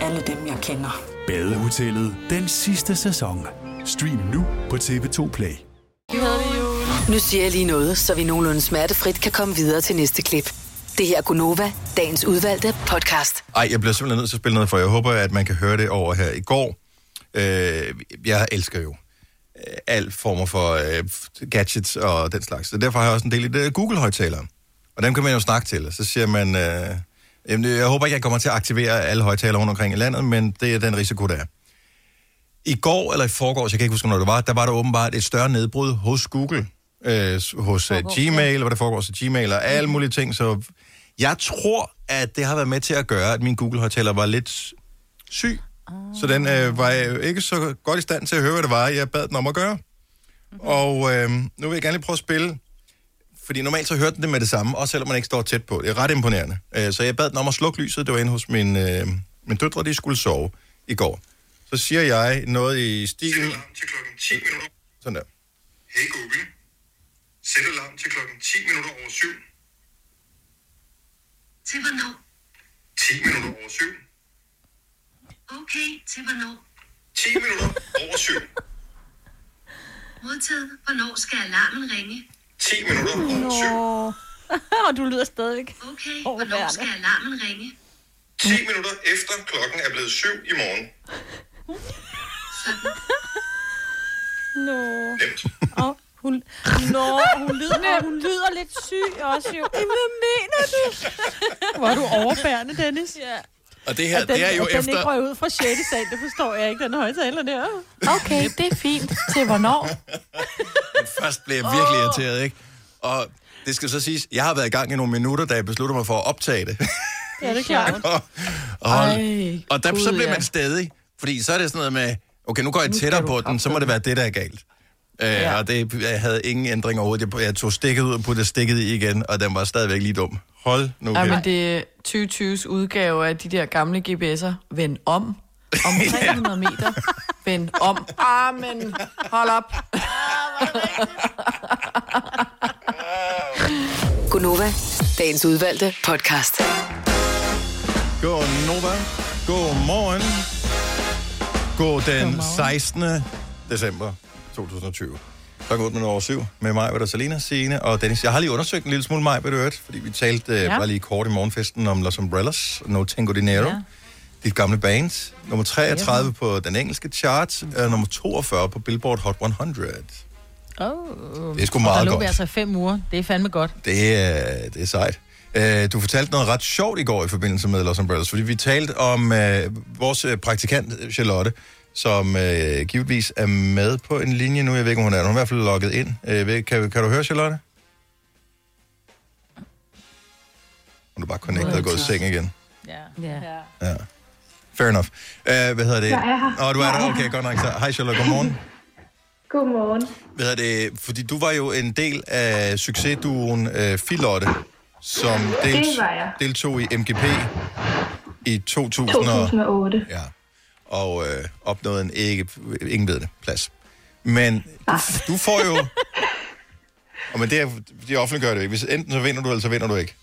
Speaker 9: alle dem, jeg kender.
Speaker 10: Badehotellet den sidste sæson. Stream nu på TV2 Play.
Speaker 11: Nu siger jeg lige noget, så vi nogenlunde smertefrit kan komme videre til næste klip. Det her er Gunova, dagens udvalgte podcast.
Speaker 1: Ej, jeg bliver simpelthen nødt til at spille noget for. Jeg håber, at man kan høre det over her i går. Øh, jeg elsker jo øh, alt former for øh, gadgets og den slags. Så derfor har jeg også en del i det der Google-højtalere. Og dem kan man jo snakke til. Og så siger man... Øh, jamen, jeg håber ikke, jeg kommer til at aktivere alle højtalere rundt omkring i landet, men det er den risiko, der er. I går eller i forgårs, jeg kan ikke huske, når det var, der var der åbenbart et større nedbrud hos Google, øh, hos øh, Gmail, hvad der foregår til Gmail og alle mulige ting. Så jeg tror, at det har været med til at gøre, at min Google-højtaler var lidt syg. Så den øh, var øh, ikke så godt i stand til at høre, hvad det var, jeg bad den om at gøre. Og øh, nu vil jeg gerne lige prøve at spille, fordi normalt så hørte den det med det samme, også selvom man ikke står tæt på. Det er ret imponerende. Øh, så jeg bad den om at slukke lyset, det var inde hos min, øh, min døtre, de skulle sove i går. Så siger jeg noget i stilen...
Speaker 12: til klokken 10 minutter.
Speaker 1: Sådan der.
Speaker 12: Hey Google, sæt alarm til klokken 10 minutter over 7.
Speaker 13: Til hvornår?
Speaker 12: 10 minutter over 7.
Speaker 13: Okay, til hvornår?
Speaker 12: 10 minutter over 7.
Speaker 13: Modtaget. Hvornår skal alarmen ringe?
Speaker 12: 10 minutter over 7.
Speaker 3: Nå. [laughs] Og du lyder stadigvæk.
Speaker 13: Okay, hvornår skal alarmen ringe?
Speaker 12: 10 minutter efter klokken er blevet 7 i morgen.
Speaker 3: Nå. Og hun, nå, hun lyder, og hun lyder lidt syg også jo. Hvad mener du?
Speaker 2: Hvor er du overbærende, Dennis.
Speaker 3: Ja.
Speaker 1: Og det
Speaker 2: At den, at den ikke røg ud fra 6. sal, det forstår jeg ikke, den højtaler der.
Speaker 4: Okay, det er fint. Til hvornår?
Speaker 1: Først blev jeg virkelig irriteret, ikke? Og det skal så siges, jeg har været i gang i nogle minutter, da jeg besluttede mig for at optage det.
Speaker 2: Ja, det er klart.
Speaker 1: [laughs] og, og,
Speaker 2: Ej,
Speaker 1: og der, så
Speaker 2: Gud,
Speaker 1: bliver
Speaker 2: ja.
Speaker 1: man stedig, fordi så er det sådan noget med, okay, nu går jeg tættere på den, så må det være det, der er galt. Øh,
Speaker 2: Ja.
Speaker 1: Og det jeg havde ingen ændring overhovedet. Jeg, jeg tog stikket ud og puttede stikket i igen, og den var stadigvæk lige dum. Hold nu
Speaker 4: Okay.
Speaker 1: kæft.
Speaker 4: Jamen, det er 2020's udgave af de der gamle GPS'er. Vend om. Om 300 meter. Vend om. Ah, men hold op.
Speaker 11: Gunova, dagens udvalgte podcast.
Speaker 1: God Nova. God morgen. God den 16. december 2020. Klokken 8 minutter over syv med mig, Vedder Salina, Signe og Dennis. Jeg har lige undersøgt en lille smule mig, ved øvrigt, fordi vi talte ja.
Speaker 14: Ja.
Speaker 1: bare lige kort i morgenfesten om Los Umbrellas, No Tengo Dinero, ja. dit gamle band. Nummer 33 ja. på den engelske chart, mm. nummer 42 på Billboard Hot 100.
Speaker 2: Oh.
Speaker 1: Det er sgu meget
Speaker 2: og der lå
Speaker 1: godt.
Speaker 2: vi altså i fem uger. Det er fandme godt.
Speaker 1: Det er, det er sejt. Øh, Du fortalte noget ret sjovt i går i forbindelse med Los Umbrellas, fordi vi talte om øh, vores øh, praktikant øh, Charlotte, som øh, givetvis er med på en linje nu. Jeg ved ikke, om hun er. Hun er i hvert fald logget ind. Øh, ved- kan, kan du høre, Charlotte? Hun er bare connectet og gået i seng igen.
Speaker 2: Ja.
Speaker 3: ja.
Speaker 1: Ja. Fair enough. Uh, hvad hedder det?
Speaker 14: Jeg er her.
Speaker 1: Nå, du er
Speaker 14: Jeg
Speaker 1: der.
Speaker 14: er her.
Speaker 1: Okay, godt nok. Så. Hej Charlotte, godmorgen.
Speaker 14: Godmorgen.
Speaker 1: Hvad hedder det? Fordi du var jo en del af succesduoen uh, Filotte, som
Speaker 14: Det
Speaker 1: del-
Speaker 14: var jeg.
Speaker 1: deltog i MGP i 2000 og,
Speaker 14: 2008.
Speaker 1: Ja. og øh, opnåede en ikke, ingen ved det, plads. Men du får [laughs] jo... Og men det er, de offentliggør det jo ikke. Hvis enten så vinder du, eller så vinder du ikke.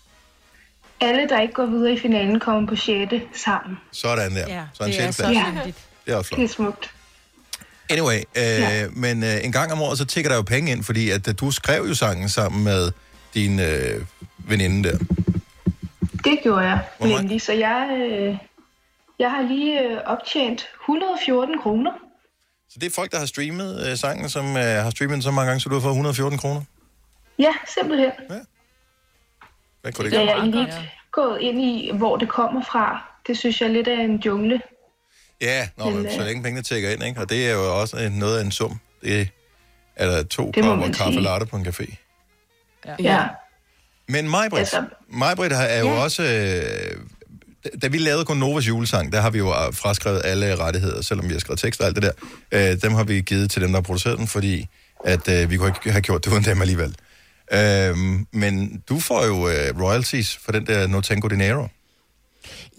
Speaker 14: Alle, der ikke går videre i finalen, kommer på 6. sammen.
Speaker 1: Sådan der. så en
Speaker 14: det er
Speaker 1: sjælplads.
Speaker 14: så fint.
Speaker 1: Det er også flot.
Speaker 14: Det er smukt.
Speaker 1: Anyway, øh, ja. men øh, en gang om året, så tigger der jo penge ind, fordi at, øh, du skrev jo sangen sammen med din øh, veninde der.
Speaker 14: Det gjorde jeg
Speaker 1: Hvor meget-
Speaker 14: nemlig. Så jeg, øh, jeg har lige øh, optjent 114 kroner.
Speaker 1: Så det er folk, der har streamet øh, sangen, som øh, har streamet den så mange gange, så du har fået 114 kroner.
Speaker 14: Ja, simpelthen.
Speaker 1: Ja. Hvad kunne
Speaker 14: Det
Speaker 1: det
Speaker 14: er jeg
Speaker 1: gøre?
Speaker 14: er egentlig ikke gået ind i, hvor det kommer fra. Det synes jeg er lidt af en jungle.
Speaker 1: Ja, nå, men,
Speaker 14: Men,
Speaker 1: så
Speaker 14: øh,
Speaker 1: længe pengene tækker ind, ikke? Og det er jo også øh, noget af en sum. Det er der to
Speaker 14: Det må
Speaker 1: kopper
Speaker 14: man
Speaker 1: kaffe
Speaker 14: sige.
Speaker 1: latte på en café.
Speaker 14: Ja.
Speaker 1: Men Majbrit, altså, Majbrit har- er jo ja. også... Øh, da- da vi lavede Gonovas julesang, der har vi jo øh, fraskrevet alle rettigheder, selvom vi har skrevet tekster og alt det der. Øh, dem har vi givet til dem, der har produceret den, fordi at, øh, vi kunne ikke have gjort det uden dem alligevel. Øh, men du får jo øh, royalties for den der No Tango Dinero.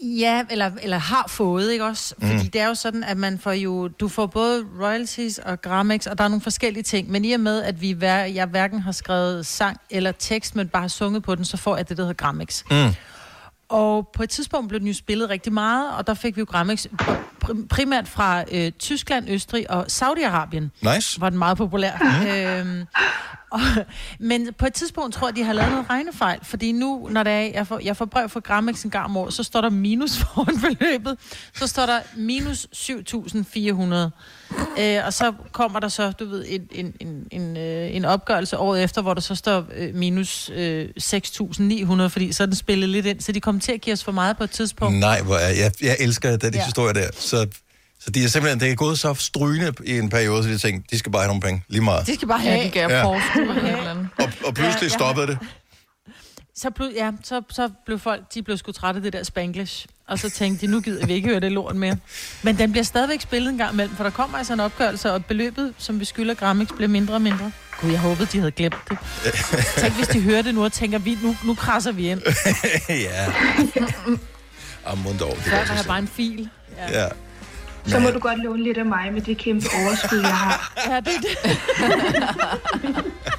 Speaker 2: Ja, eller, eller har fået, ikke også? Fordi
Speaker 1: Mm.
Speaker 2: mm. det er jo sådan, at man får jo, du får både royalties og Gramex, og der er nogle forskellige ting. Men i og med, at vi hver, jeg hverken har skrevet sang eller tekst, men bare har sunget på den, så får jeg det, der hedder Gramex.
Speaker 15: Mm.
Speaker 2: Og på et tidspunkt blev den jo spillet rigtig meget, og der fik vi jo Grammix pr- primært fra øh, Tyskland, Østrig og Saudi-Arabien.
Speaker 1: Nice.
Speaker 2: Var den meget populær. øhm, og, men på et tidspunkt tror jeg, de har lavet noget regnefejl, fordi nu, når det er, jeg, får, jeg får brev fra Grammix en gang om året, så står der minus [laughs] foran beløbet. Så står der minus 7.400. Øh, og så kommer der så, du ved, en, en, en, en, øh, en opgørelse året efter, hvor der så står øh, minus øh, 6.900, fordi så er den spillet lidt ind, så de kom til at give os for meget på et tidspunkt.
Speaker 1: Nej, hvor er, jeg, jeg elsker den ja.
Speaker 2: Ja.
Speaker 1: historie der. Så, så de er simpelthen, det er gået så strygende i en periode, så de tænkte, de skal bare have nogle penge, lige meget.
Speaker 2: De skal bare have.
Speaker 4: Ja, de gav
Speaker 1: Ja.
Speaker 4: ja. forskud eller et eller andet.
Speaker 1: Og pludselig
Speaker 2: Ja, ja.
Speaker 1: stoppede det. [laughs]
Speaker 2: så, blev, ja, så, så blev folk, de blev sgu trætte af det der Spanglish. Og så tænkte de, nu gider vi ikke høre det lort mere. Men den bliver stadigvæk spillet en gang imellem, for der kommer altså en opgørelse, og beløbet, som vi skylder Grammix, bliver mindre og mindre. Gud, jeg håbede, de havde glemt det. Tænk, hvis de hører det nu og tænker, vi, nu, nu krasser vi
Speaker 1: Øh,
Speaker 2: ind.
Speaker 1: ja.
Speaker 2: [laughs]
Speaker 1: Amundo. Det
Speaker 2: Før var jeg bare en fil.
Speaker 1: ja.
Speaker 14: Så må du godt låne lidt af mig med det kæmpe overskud, jeg har.
Speaker 2: Ja, det er det.
Speaker 14: [laughs]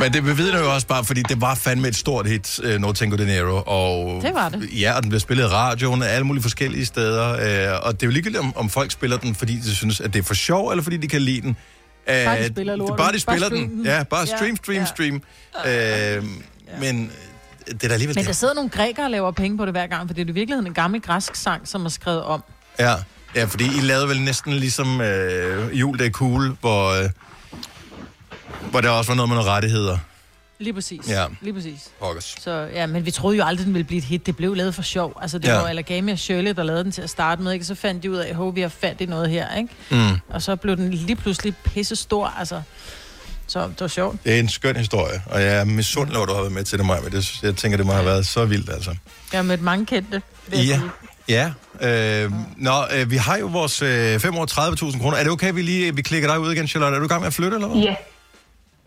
Speaker 1: Men det bevidner jo også bare, fordi det var fandme et stort hit, uh, No Tango Dinero. Og,
Speaker 2: Det var det.
Speaker 1: Ja, og den blev spillet i radioen og alle mulige forskellige steder. Uh, og det er jo ligegyldigt, om, om folk spiller den, fordi de synes, at det er for sjov, eller fordi de kan lide den. Uh,
Speaker 2: Bare de spiller lortet.
Speaker 1: Bare de
Speaker 2: Bare
Speaker 1: spiller bare
Speaker 2: stream
Speaker 1: den.
Speaker 2: den.
Speaker 1: Ja, bare
Speaker 2: Ja,
Speaker 1: stream, stream,
Speaker 2: ja.
Speaker 1: stream. Uh, Men øh, det er da alligevel...
Speaker 2: Men der
Speaker 1: det.
Speaker 2: sidder nogle grækere og laver penge på det hver gang, for det er i virkeligheden en gammel græsk sang, som er skrevet om.
Speaker 1: Ja, ja fordi I lavede vel næsten ligesom øh, Jul, det er cool, hvor, øh, hvor der også var noget med nogle rettigheder.
Speaker 2: Lige præcis.
Speaker 1: Ja.
Speaker 2: Lige præcis.
Speaker 1: Pokkers.
Speaker 2: Så, ja, men vi troede jo aldrig, den ville blive et hit. Det blev lavet for sjov. Altså, det
Speaker 1: Ja.
Speaker 2: ja. var Allergami og Shirley, der lavede den til at starte med, ikke? Så fandt de ud af, at vi har fat i noget her, ikke?
Speaker 1: Mm.
Speaker 2: Og så blev den lige pludselig pisse stor, altså. Så det var sjovt.
Speaker 1: Det er en skøn historie, og jeg er misundelig, over, at du har været med til det, Maja, men det, jeg tænker, det må have været så vildt, altså.
Speaker 2: Jeg har mødt mange kendte. vil jeg
Speaker 1: Ja,
Speaker 2: sige.
Speaker 1: ja. Øh, nå, øh, vi har jo vores øh, 5 år 30.000 kroner. Er det okay, vi lige vi klikker dig ud igen, Charlotte? Er du i gang med at flytte, eller hvad?
Speaker 14: Ja.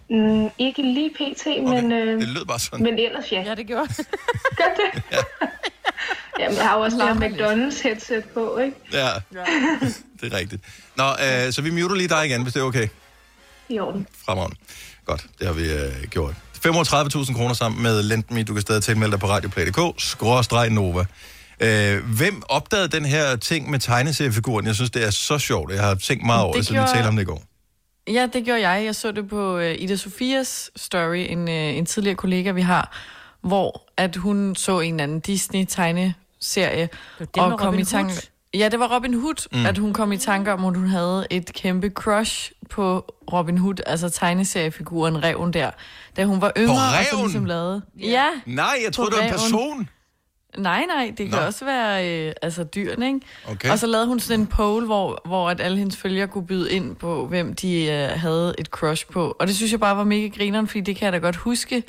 Speaker 14: Mm, ikke lige pt, okay. men, øh,
Speaker 1: Det lød bare sådan.
Speaker 14: men ellers ja.
Speaker 2: Ja, det gjorde
Speaker 14: [laughs]
Speaker 2: Gør
Speaker 14: det? Ja. [laughs] Jamen, jeg har jo også det her McDonald's headset på, ikke?
Speaker 1: Ja, det er rigtigt. Nå, øh, så vi muter lige dig igen, hvis det er okay.
Speaker 14: [laughs] I orden.
Speaker 1: fremragende. Godt, det har vi øh, gjort. 35.000 kroner sammen med Lendme. Du kan stadig tilmelde dig på radioplay.dk. Skråstreg Nova. Øh, hvem opdagede den her ting med tegneseriefiguren? Jeg synes, det er så sjovt. Jeg har tænkt meget over
Speaker 4: Det
Speaker 1: det, så vi
Speaker 4: gjorde-
Speaker 1: talte om det i går.
Speaker 4: Ja, det gjorde jeg. Jeg så det på øh, Ida Sofias story, en, øh, en tidligere kollega, vi har, hvor at hun så en eller anden Disney-tegneserie
Speaker 3: det med Robin Hood.
Speaker 4: Ja, det var Robin Hood,
Speaker 3: Mm.
Speaker 4: mm. at hun kom i tanke om, at hun havde et kæmpe crush på Robin Hood, altså tegneseriefiguren Reven der, da hun var yngre. og så
Speaker 1: Ræven?
Speaker 4: ligesom lavede. Ja.
Speaker 1: Nej, jeg
Speaker 4: på
Speaker 1: troede, det var en
Speaker 4: Ræven.
Speaker 1: person.
Speaker 4: Nej, nej, det kan
Speaker 1: Nå.
Speaker 4: også være øh, altså dyrene, ikke?
Speaker 1: Okay.
Speaker 4: Og så lavede hun sådan en poll, hvor, hvor at alle hendes følgere kunne byde ind på, hvem de øh, havde et crush på. Og det synes jeg bare var mega grineren, fordi det kan jeg da godt huske,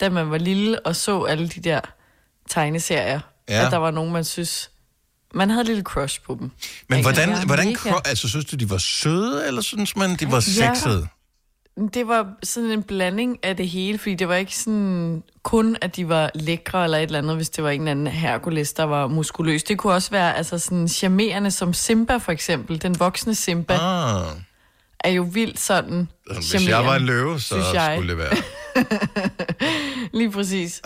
Speaker 4: da man var lille og så alle de der tegneserier,
Speaker 1: Ja.
Speaker 4: ja. at der var nogen, man synes man havde et lille crush på dem.
Speaker 1: Men
Speaker 4: Ikke?
Speaker 1: hvordan,
Speaker 4: Ja,
Speaker 1: hvordan
Speaker 4: mega.
Speaker 1: kro- altså, synes du, de var søde, eller synes man, de var
Speaker 4: Ja.
Speaker 1: sexede?
Speaker 4: Det var sådan en blanding af det hele, fordi det var ikke sådan kun, at de var lækre eller et eller andet, hvis det var en eller anden Hercules, der var muskuløs. Det kunne også være altså sådan charmerende som Simba for eksempel. Den voksne Simba
Speaker 1: ah.
Speaker 4: er jo vildt sådan
Speaker 1: Hvis jeg var en løve, så
Speaker 4: synes jeg.
Speaker 1: skulle det være...
Speaker 4: [laughs] Lige præcis.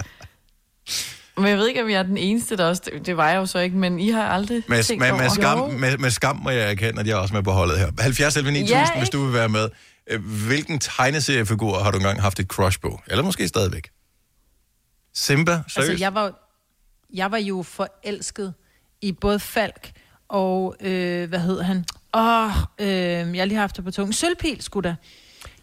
Speaker 4: Men jeg ved ikke, om jeg er den eneste, der også... Det var jeg jo så ikke, men I har aldrig
Speaker 1: Med,
Speaker 4: tænkt
Speaker 1: med,
Speaker 4: over.
Speaker 1: med, skam,
Speaker 4: Jo.
Speaker 1: med, med skam må jeg erkende, at jeg er også med på holdet her. 70 11 9000,
Speaker 4: Ja,
Speaker 1: ja,
Speaker 4: ikke?
Speaker 1: hvis du vil være med. Øh, Hvilken tegneseriefigur har du engang haft et crush på? Eller måske stadigvæk? Simba? Seriøst?
Speaker 2: Altså, jeg var, jeg var jo forelsket i både Falk og, øh, hvad hed han? Åh, oh, øh, jeg har lige haft det på tungen. Sølvpil, skulle da.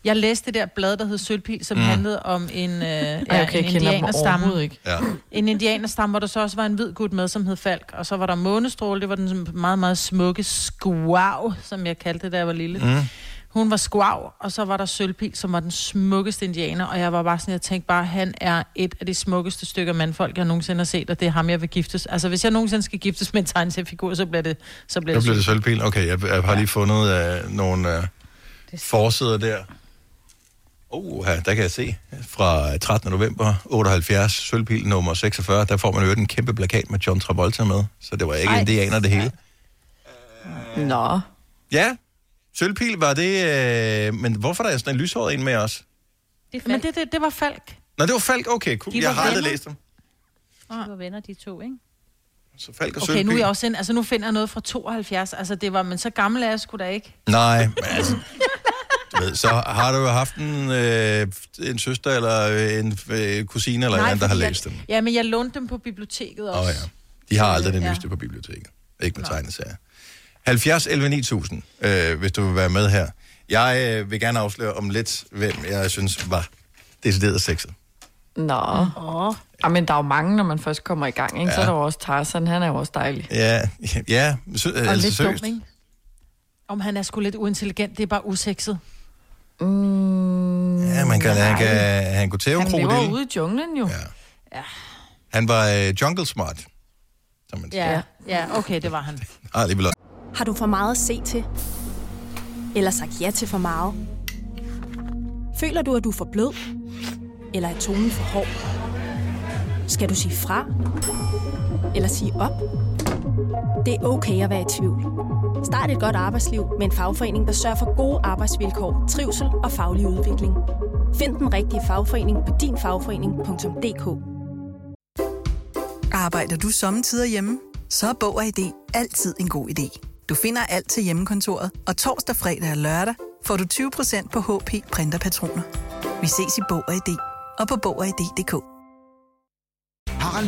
Speaker 2: Jeg læste det der blad, der hed Sølvpil, som
Speaker 4: Mm.
Speaker 2: mm. handlede om en, øh, ja,
Speaker 4: Ej, okay,
Speaker 2: en
Speaker 4: jeg kender dem overhovedet
Speaker 2: indianerstamme.
Speaker 4: ikke.
Speaker 1: Ja.
Speaker 2: En indianerstamme, hvor der så også var en hvid gut med, som hed Falk. Og så var der Månestråle, det var den meget, meget smukke skvav, som jeg kaldte det, da jeg var lille.
Speaker 15: Mm.
Speaker 2: Hun var skvav, og så var der Sølvpil, som var den smukkeste indianer, og jeg var bare sådan, jeg tænkte bare, han er et af de smukkeste stykker mandfolk, jeg nogensinde har set, og det er ham, jeg vil giftes. Altså, hvis jeg nogensinde skal giftes med en tegneseriefigur, så bliver det, så bliver
Speaker 1: Nu
Speaker 2: det,
Speaker 1: blev det
Speaker 2: Sølvpil.
Speaker 1: sølvpil. Okay, jeg, jeg har lige fundet uh, nogle uh, forsider der. Oh, her, der kan jeg se. Fra 13. november 78, sølvpil nummer 46, der får man jo en kæmpe plakat med John Travolta med. Så det var ikke
Speaker 4: Ej.
Speaker 1: indianer det hele.
Speaker 4: Nå.
Speaker 1: Ja, sølvpil var det... Øh, men hvorfor der er sådan en lyshåret en med os?
Speaker 2: det Men det, det, det var Falk.
Speaker 1: Nå, det var Falk. Okay, cool.
Speaker 2: De
Speaker 1: Jeg
Speaker 2: var
Speaker 1: har aldrig
Speaker 2: venner.
Speaker 1: læst dem.
Speaker 3: Du var venner, de to, ikke?
Speaker 1: Så Falk og
Speaker 2: Okay,
Speaker 1: sølvpil.
Speaker 2: nu er jeg også ind, altså nu finder jeg noget fra 72, altså det var, men så gammel er jeg sgu da ikke.
Speaker 1: Nej, men altså... Du ved, så har du jo haft en, øh, en søster eller øh, en øh, kusine eller en
Speaker 2: Nej,
Speaker 1: anden, der har
Speaker 2: fordi
Speaker 1: læst dem.
Speaker 2: jeg, Ja, men jeg lånte dem på biblioteket også.
Speaker 1: Åh ja. De har aldrig det
Speaker 2: Ja.
Speaker 1: nyeste på biblioteket. Ikke med tegneserier. 70 11 9000, øh, hvis du vil være med her. Jeg øh, vil gerne afsløre om lidt, hvem jeg synes var decideret sexet.
Speaker 4: Nå. Oh. Ja, men der er jo mange, når man først kommer i gang, ikke? Ja. Så er der jo også Tarzan, han er jo også dejlig.
Speaker 1: Ja, ja sø,
Speaker 2: Og
Speaker 1: altså
Speaker 2: lidt
Speaker 1: seriøst.
Speaker 2: dum, ikke? Om han er sgu lidt uintelligent, det er bare usekset.
Speaker 4: Mm,
Speaker 1: Ja, man kan, han, kan, han kunne tæve en
Speaker 4: han lever
Speaker 1: krokodil.
Speaker 4: ude i junglen jo. Ja.
Speaker 1: Han var øh, jungle smart.
Speaker 2: Ja, ja, okay, det var han.
Speaker 1: Ah, alligevel også.
Speaker 16: Har du for meget at se til? Eller sagt ja til for meget? Føler du, at du er for blød? Eller er tonen for hård? Skal du sige fra? Eller sige op? Det er okay at være i tvivl. Start et godt arbejdsliv med en fagforening, der sørger for gode arbejdsvilkår, trivsel og faglig udvikling. Find den rigtige fagforening på dinfagforening.dk.
Speaker 17: Arbejder du sommetider hjemme? Så er Bog og ID altid en god idé. Du finder alt til hjemmekontoret, og torsdag, fredag og lørdag får du 20% på HP printerpatroner. Vi ses i Bog og ID og på Bog og ID.dk.
Speaker 18: Harald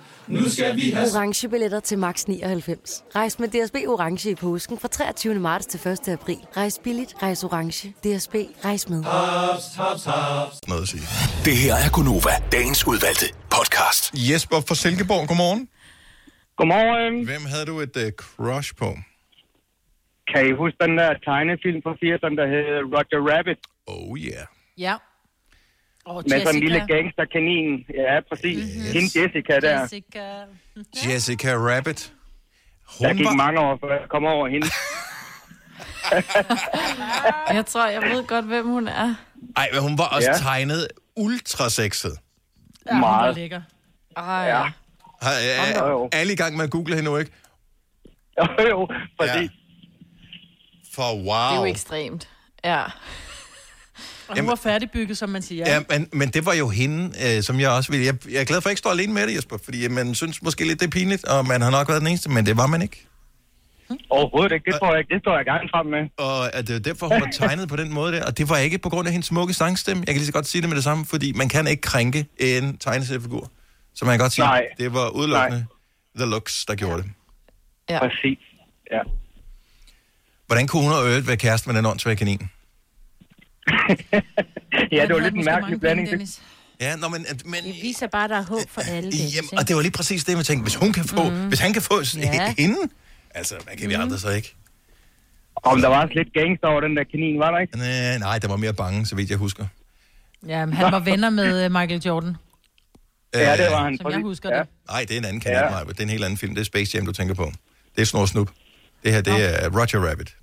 Speaker 19: Nu skal vi have...
Speaker 20: orange billetter til max 99. Rejs med DSB orange i påsken fra 23. marts til 1. april. Rejs billigt, rejs orange. DSB rejs med.
Speaker 19: Ah, Haps, haps, haps.
Speaker 1: Noget at sige.
Speaker 5: Det her er Gunova, dagens udvalgte podcast.
Speaker 1: Jesper fra Silkeborg, godmorgen.
Speaker 21: Godmorgen.
Speaker 1: Hvem havde du et uh, crush på?
Speaker 21: Kan I huske den der tegnefilm fra 80'erne, der hed Roger Rabbit?
Speaker 1: Oh yeah.
Speaker 2: Ja. Og
Speaker 21: Med sådan en lille gangsterkanin. Ja, præcis. Yes. Hende Jessica der.
Speaker 2: Jessica.
Speaker 1: Jessica Rabbit.
Speaker 21: Der gik mange år, før jeg kom over hende.
Speaker 4: [laughs] Jeg tror, jeg ved godt, hvem hun er.
Speaker 1: [laughs] Ej, men hun var også
Speaker 4: Ja.
Speaker 1: ja. tegnet ultrasexet.
Speaker 4: Ja, hun
Speaker 1: Meget.
Speaker 4: var lækker. Ej, ja.
Speaker 1: Har, er, er, alle i gang med at google hende nu, ikke?
Speaker 21: Jo, jo,
Speaker 1: fordi... Ja. For wow.
Speaker 4: det er jo ekstremt. Ja.
Speaker 2: Og hun
Speaker 1: Jamen-
Speaker 2: var færdigbygget, som man siger.
Speaker 1: Ja, men, men det var jo hende, øh, som jeg også ville. Jeg, jeg er glad for, at jeg ikke står alene med det, Jesper, fordi øh, man synes måske lidt, det er pinligt, og man har nok været den eneste, men det var man ikke.
Speaker 21: Overhovedet ikke. Det tror jeg ikke. Det står jeg gerne frem med.
Speaker 1: Og at det er derfor, hun var tegnet på den måde der, og det var ikke på grund af hendes smukke sangstemme. Jeg kan lige så godt sige det med det samme, fordi man kan ikke krænke en tegneseriefigur. Så man kan godt sige,
Speaker 21: Nej.
Speaker 1: det var udelukkende The Looks, der gjorde det.
Speaker 4: Ja.
Speaker 21: Præcis. Ja.
Speaker 1: Hvordan kunne hun og øvrigt være kæreste med den åndsvære kanin?
Speaker 21: ja, det var
Speaker 3: havde
Speaker 21: lidt en
Speaker 3: måske mange
Speaker 21: mærkelig blanding.
Speaker 3: penge,
Speaker 21: Det,
Speaker 1: Ja, nå, men, øh, men
Speaker 3: Det viser bare, at der er håb for alle. Dennis,
Speaker 1: Jamen,
Speaker 3: ikke?
Speaker 1: og det var lige præcis det, man tænkte, hvis, hun kan få, mm. hvis han kan få ja.
Speaker 3: Ja.
Speaker 1: [laughs] hende, altså, hvad kan vi
Speaker 2: Mm.
Speaker 1: andre så ikke?
Speaker 21: om der var også lidt gangster over den der kanin, var der ikke?
Speaker 1: Nej, nej, der var mere bange, så vidt jeg husker.
Speaker 2: Ja, men han var venner med øh, Michael Jordan.
Speaker 1: Ja,
Speaker 21: det var han.
Speaker 2: Som jeg husker det.
Speaker 1: Nej, det er en anden kanal, ja. det er en helt anden film. Det er Space Jam, du tænker på. Det er Snor Snup. Det her, det er Roger Rabbit.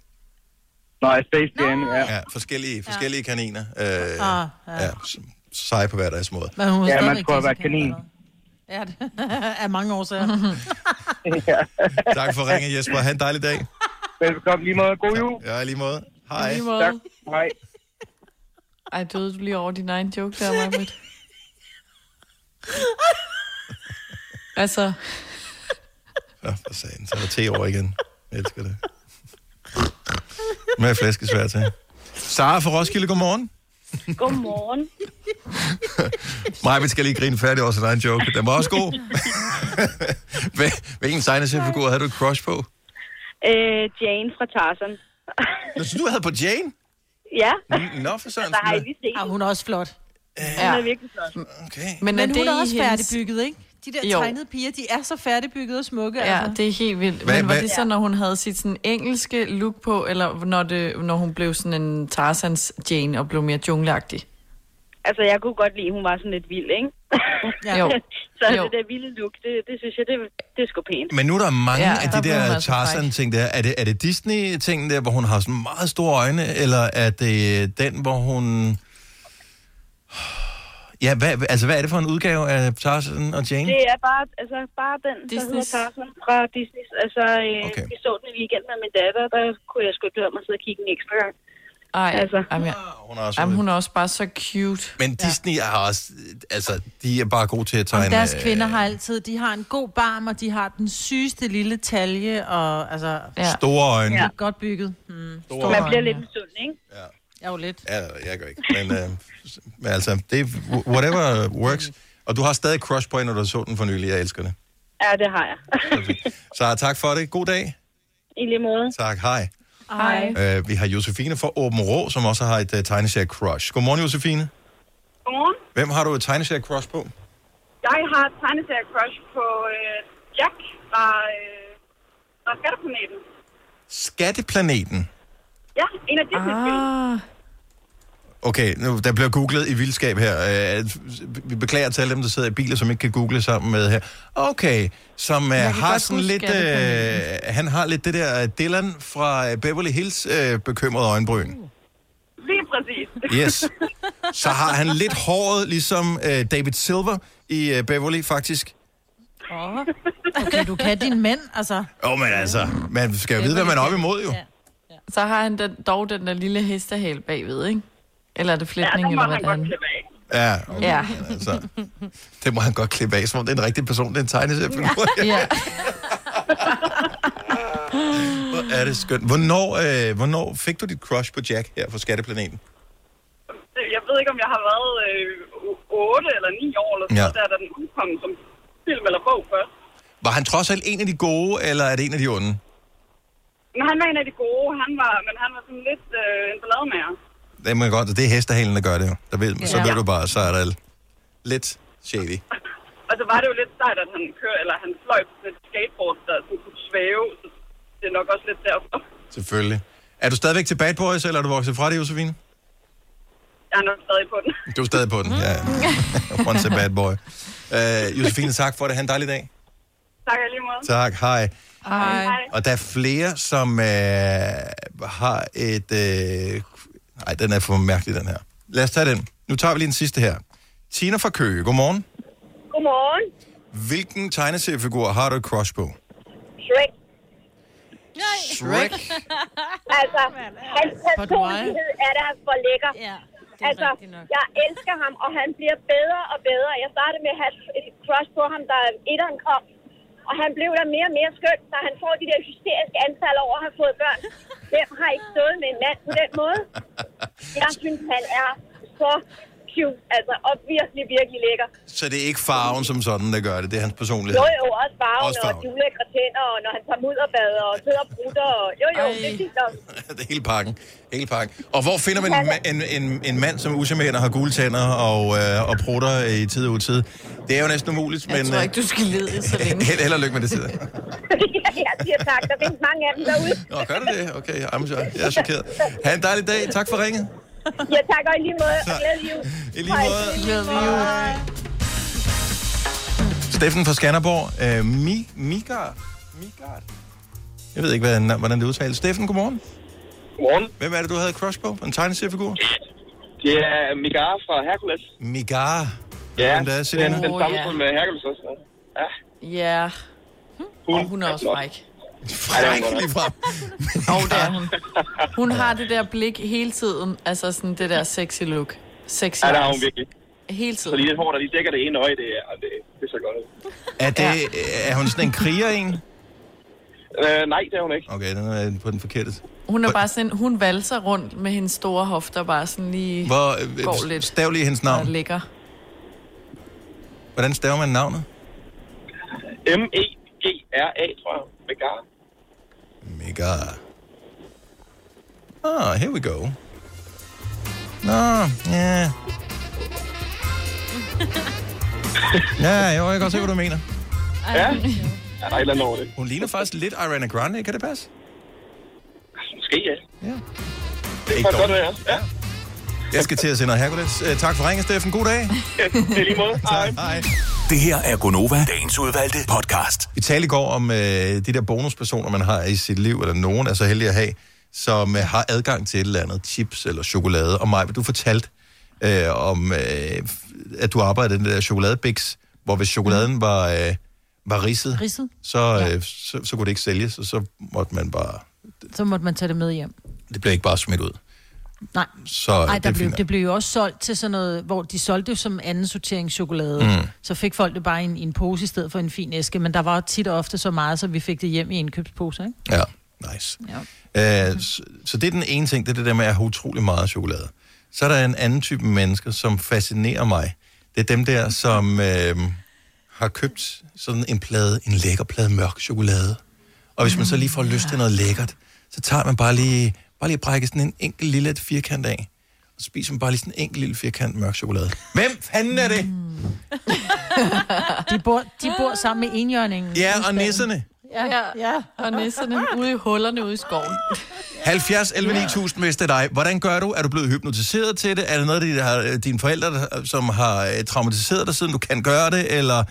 Speaker 21: Nej, Space Jam, ja.
Speaker 1: Ja, forskellige, forskellige ja. kaniner. Øh,
Speaker 2: Ah,
Speaker 1: ja. ja. s- Seje på hver deres måde.
Speaker 2: Men hun var
Speaker 21: Ja, man
Speaker 2: stadigvæk
Speaker 21: skulle have været
Speaker 2: Jessica
Speaker 21: kanin.
Speaker 2: Ja, det- [laughs] af mange årsager.
Speaker 1: [laughs] Tak for ringen, Jesper. Ha' en dejlig dag.
Speaker 21: Velkommen lige måde. God jul.
Speaker 1: Ja, i lige måde. Hej.
Speaker 4: Lige måde.
Speaker 21: Tak. Hej.
Speaker 4: Ej, døde du lige over din egen joke der,
Speaker 2: [laughs]
Speaker 4: Marvitt? altså,
Speaker 1: Ja, for satan. Så er der te over igen. Jeg elsker det. Med flæskesvær til. Sara fra Roskilde, godmorgen. [laughs]
Speaker 6: Godmorgen.
Speaker 1: Maja, vi skal lige grine færdig over sin egen joke. Den var også god. Hvil- Hvilken tegneseriefigur havde du et crush på?
Speaker 6: [laughs] Øh, Jane fra Tarzan.
Speaker 1: Nå, så du havde på Jane?
Speaker 6: Ja.
Speaker 1: N- Nå, for søren.
Speaker 6: Der har jeg lige set.
Speaker 2: Ah, hun er også flot.
Speaker 6: Ja. Hun er virkelig flot.
Speaker 1: Okay.
Speaker 2: Men,
Speaker 4: er
Speaker 2: Men hun
Speaker 4: det
Speaker 2: er
Speaker 4: i
Speaker 2: også
Speaker 4: hendes-
Speaker 2: færdigbygget, ikke? De der
Speaker 4: Jo.
Speaker 2: tegnede piger, de er så færdigbygget og smukke. altså.
Speaker 4: ja, det er helt vildt.
Speaker 1: Hvad-
Speaker 4: Men var
Speaker 1: hvad-
Speaker 4: det så, når hun havde sit sådan engelske look på, eller når, det, når hun blev sådan en Tarzans Jane og blev mere jungleagtig?
Speaker 6: Altså, jeg kunne godt lide, at hun var sådan lidt vild, ikke?
Speaker 4: Ja. Jo.
Speaker 6: [laughs] Så
Speaker 4: Jo.
Speaker 6: det der vilde look, det, det synes jeg, det, det er sgu pænt.
Speaker 1: Men nu er der mange
Speaker 6: Ja,
Speaker 1: ja, af
Speaker 6: der
Speaker 1: de
Speaker 6: blev hun
Speaker 1: der
Speaker 6: altså
Speaker 1: Tarzan-ting der. Er det, er det Disney-ting der, hvor hun har sådan meget store øjne, eller er det den, hvor hun... Ja, hvad, altså, hvad er det for en udgave af Tarzan og Jane?
Speaker 6: Det er bare, altså, bare den, der hedder
Speaker 4: Disney's.
Speaker 6: Tarzan fra Disney. Altså, øh, okay. vi så den i weekend med min datter, der kunne jeg sgu ikke høre mig sidde og kigge en ekstra gang.
Speaker 4: Ej,
Speaker 6: Altså.
Speaker 4: altså. jamen, jeg,
Speaker 1: Hun er også
Speaker 4: jamen, hun er også bare så cute.
Speaker 1: Men Disney er også... Altså, de er bare gode til at tegne...
Speaker 2: Om deres
Speaker 1: øh,
Speaker 2: kvinder har altid, de har en god barm, og de har den sygeste lille talje, og altså...
Speaker 1: Ja. Store øjne.
Speaker 2: Ja. Godt bygget. Mm.
Speaker 1: Store Man bliver
Speaker 6: lidt misund, ikke?
Speaker 1: Ja.
Speaker 2: Jo, lidt.
Speaker 1: Ja, jeg gør ikke. Men, øh, men altså, det er whatever works. Og du har stadig crush på hende, når du så den for nylig. Jeg elsker det.
Speaker 6: Ja, det har jeg.
Speaker 1: Så tak for det. God dag.
Speaker 6: I lige måde.
Speaker 1: Tak. Hej.
Speaker 6: Hej.
Speaker 1: Uh, vi har Josefine fra Åben Rå, som også har et uh, tegneserie-crush. Godmorgen, Josefine.
Speaker 7: Godmorgen.
Speaker 1: Hvem har du et tegneserie-crush på?
Speaker 7: Jeg har et tegneserie-crush på øh, Jack fra, øh, fra Skatterplaneten.
Speaker 1: Skatteplaneten.
Speaker 7: Ja, en af Disney-filmene.
Speaker 4: Ah.
Speaker 1: Okay, nu, der bliver googlet i vildskab her. Uh, vi beklager til alle dem, der sidder i biler, som ikke kan google sammen med her. Okay, som uh,
Speaker 15: Jeg kan
Speaker 1: har
Speaker 15: godt
Speaker 1: sådan
Speaker 15: huske
Speaker 1: lidt... Uh,
Speaker 15: Skatteplaneten.
Speaker 1: han har lidt det der øh, Dylan fra øh, Beverly Hills uh, bekymrede øjenbryn.
Speaker 7: Lige præcis.
Speaker 1: Yes. Så har han lidt håret, ligesom øh, David Silver i øh, Beverly, faktisk.
Speaker 2: Åh. Okay, du kan din mænd, altså.
Speaker 1: Åh, oh, men altså, man skal jo vide, hvad man er op imod, jo.
Speaker 4: Så har han den, dog den der lille hestehale bagved, ikke? Eller er det flætning,
Speaker 7: Ja,
Speaker 4: ja,
Speaker 7: der må
Speaker 4: eller hvad
Speaker 7: han
Speaker 4: det
Speaker 7: godt
Speaker 4: er?
Speaker 7: klippe af.
Speaker 1: Ja, okay.
Speaker 4: Ja.
Speaker 1: men Altså, det må han godt klippe af, som om det er en rigtig person, det er en tegneseriefigur. [laughs]
Speaker 4: Ja.
Speaker 1: Hvor er det skønt. Hvornår, øh, hvornår fik du dit crush på Jack her fra Skatteplaneten?
Speaker 7: [laughs] Jeg ved ikke, om jeg har været øh, 8 eller 9 år, eller sådan
Speaker 1: Ja.
Speaker 7: ja. der, da den udkom som film eller bog først.
Speaker 1: Var han trods alt en af de gode, eller er det en af de onde?
Speaker 7: Men han var en af de gode, han var, men han var sådan lidt øh, en ballademager.
Speaker 1: Det, må jeg godt, det er hestehalen, der gør det jo. Der ved, ja. Så
Speaker 7: Ja.
Speaker 1: ved du bare, så er der lidt shady.
Speaker 7: Og så var det jo lidt sejt, at han kørte, eller han fløj på sådan et skateboard, der sådan kunne svæve. Så det er nok også lidt derfor.
Speaker 1: Selvfølgelig. Er du stadigvæk til Bad Boys, eller er du vokset fra det, Josefine?
Speaker 7: Jeg er nok stadig på
Speaker 1: [laughs]
Speaker 7: den.
Speaker 1: Du er stadig på den, ja. Once a bad
Speaker 4: [laughs]
Speaker 1: boy. Uh, Josefine, tak for det. Ha' en dejlig dag.
Speaker 7: tak alligevel.
Speaker 1: Tak, hej.
Speaker 7: Hej. Hej.
Speaker 1: Og der er flere, som øh, har et... Øh... Ej, den er for mærkelig, den her. Lad os tage den. Nu tager vi lige den sidste her. Tina fra Køge, godmorgen.
Speaker 7: Godmorgen.
Speaker 1: Hvilken tegneseriefigur har du et crush på?
Speaker 7: Shrek.
Speaker 1: Shrek?
Speaker 7: [laughs] altså, hans personlighed er der for lækker. Ja,
Speaker 22: det er
Speaker 7: altså,
Speaker 22: rigtigt nok.
Speaker 7: jeg elsker ham, og han bliver bedre og bedre. Jeg startede med at have et crush på ham, da etteren kom. Og han blev der mere og mere skøn, da han får de der hysteriske anfald over at have fået børn. Hvem har ikke stået med en mand på den måde? Jeg synes, han er så syv, altså, og virkelig, virkelig lækker.
Speaker 1: Så det er ikke farven som sådan, der gør det. Det er hans personlighed.
Speaker 7: Jo, jo, også farven, også
Speaker 1: Også farven. [laughs]
Speaker 7: og de ulækre tænder, og når han tager mudderbader og sidder og brutter, og jo, jo, det er fint nok. [laughs]
Speaker 1: Det er hele pakken. Hele pakken. Og hvor finder man en, ma- en, en, en mand, som er usamænd og har gule tænder og, øh, og prutter i tid og utid? Det er jo næsten umuligt, men... øh,
Speaker 4: Jeg tror ikke, du skal lede
Speaker 1: [laughs]
Speaker 4: så længe.
Speaker 1: Held, held og lykke med det, Sida.
Speaker 7: ja, jeg siger tak, der findes mange af dem derude.
Speaker 1: Nå, gør det det? Okay, I'm sorry. jeg er chokeret. Ha' en dejlig dag. Tak for ringet.
Speaker 7: Ja, tak, og i lige måde, og
Speaker 1: Tak.
Speaker 7: glædelig jul.
Speaker 1: I lige
Speaker 7: Hej.
Speaker 1: måde.
Speaker 4: Glædelig jul.
Speaker 7: Hej.
Speaker 1: Steffen fra Skanderborg. Øh, Mi, Migard. Migard. Jeg ved ikke, hvad, hvordan det udtales. Steffen, godmorgen.
Speaker 8: Godmorgen.
Speaker 1: Hvem er det, du havde crush på? En tegneseriefigur?
Speaker 8: Det er Mika fra Hercules.
Speaker 1: Migara.
Speaker 8: Ja,
Speaker 1: Hvem der er,
Speaker 8: den,
Speaker 1: Selina?
Speaker 8: den samme
Speaker 4: Åh, ja.
Speaker 8: som øh, med Hercules også. Ja,
Speaker 4: [laughs] Ja.
Speaker 8: hun,
Speaker 4: Og hun er også fræk.
Speaker 1: Fræk lige frem.
Speaker 4: Og det er hun. Hun har det der blik hele tiden. Altså sådan det der sexy look. Sexy
Speaker 8: Ja, der har
Speaker 4: eyes.
Speaker 8: hun virkelig.
Speaker 4: Hele
Speaker 8: Så lige
Speaker 4: tiden.
Speaker 8: det hår, der lige dækker det ene øje, det er, det, det er så godt. ud.
Speaker 1: Er, det, er hun sådan en kriger, en?
Speaker 8: Øh, nej, det er hun ikke.
Speaker 1: Okay, den er på den forkerte.
Speaker 4: Hun er bare sådan, hun valser rundt med hendes store hofter, bare sådan lige
Speaker 1: Hvor,
Speaker 4: går
Speaker 1: øh,
Speaker 4: lidt
Speaker 1: stav lige hendes
Speaker 4: og
Speaker 1: navn.
Speaker 4: ligger.
Speaker 1: Hvordan staver man navnet?
Speaker 8: E M-E-G-R-A, tror jeg. Mika.
Speaker 1: Mega. Ah, here we go. Ah, Nå, ja. Ja, jo, jeg kan godt se, hvad du mener.
Speaker 8: Ja, ja der er et eller andet over det.
Speaker 1: Hun ligner faktisk lidt Ariana Grande, kan det passe?
Speaker 8: Måske, ja.
Speaker 1: Ja.
Speaker 8: Det
Speaker 1: Ikke
Speaker 8: er godt,
Speaker 1: dårligt.
Speaker 8: det er. Ja.
Speaker 1: Jeg skal til at sende noget Hercules. Øh, Tak for ringen, Steffen. God dag.
Speaker 8: Det er lige måde. Hej.
Speaker 1: Hej.
Speaker 5: Det her er Gonova, dagens udvalgte podcast.
Speaker 1: Vi talte i går om øh, de der bonuspersoner, man har i sit liv, eller nogen er så heldig at have, som øh, har adgang til et eller andet, chips eller chokolade. Og Maja, du fortalte øh, om, øh, at du arbejdede i den der chokoladebix, hvor hvis chokoladen var, øh, var ridset,
Speaker 2: Ridset.
Speaker 1: Så, øh, så, så kunne det ikke sælges, og så måtte man bare...
Speaker 2: Så måtte man tage det med hjem.
Speaker 1: Det blev ikke bare smidt ud.
Speaker 2: Nej.
Speaker 1: Så øh,
Speaker 2: Ej,
Speaker 1: det
Speaker 2: der
Speaker 1: er
Speaker 2: det, blev,
Speaker 1: fint.
Speaker 2: det blev jo også solgt til sådan noget, hvor de solgte jo som anden sortering chokolade.
Speaker 1: Mm.
Speaker 2: Mm. Så fik folk det bare i en, i en pose i stedet for en fin æske, men der var tit og ofte så meget, så vi fik det hjem i indkøbsposer, ikke?
Speaker 1: Ja, nice. Ja. Øh, så, så det er den ene ting, det er det der med at have utrolig meget chokolade. Så er der en anden type mennesker, som fascinerer mig. Det er dem der, som øh, har købt sådan en plade, en lækker plade mørk chokolade. Og hvis man så lige får lyst til noget lækkert, så tager man bare lige, bare lige at brække sådan en enkelt lille firkant af. Og så spiser man bare lige sådan en enkelt lille firkant mørk chokolade. Hvem fanden er det?
Speaker 2: De bor, de bor sammen med enhjørningen.
Speaker 1: Ja, og nisserne.
Speaker 4: Ja, ja. Og nisserne ude i hullerne ude i skoven.
Speaker 1: 70 11 9000, hvis det er dig. Hvordan gør du? Er du blevet hypnotiseret til det? Er det noget, de har, dine forældre, der- som har øh, traumatiseret dig, siden du kan gøre det? Eller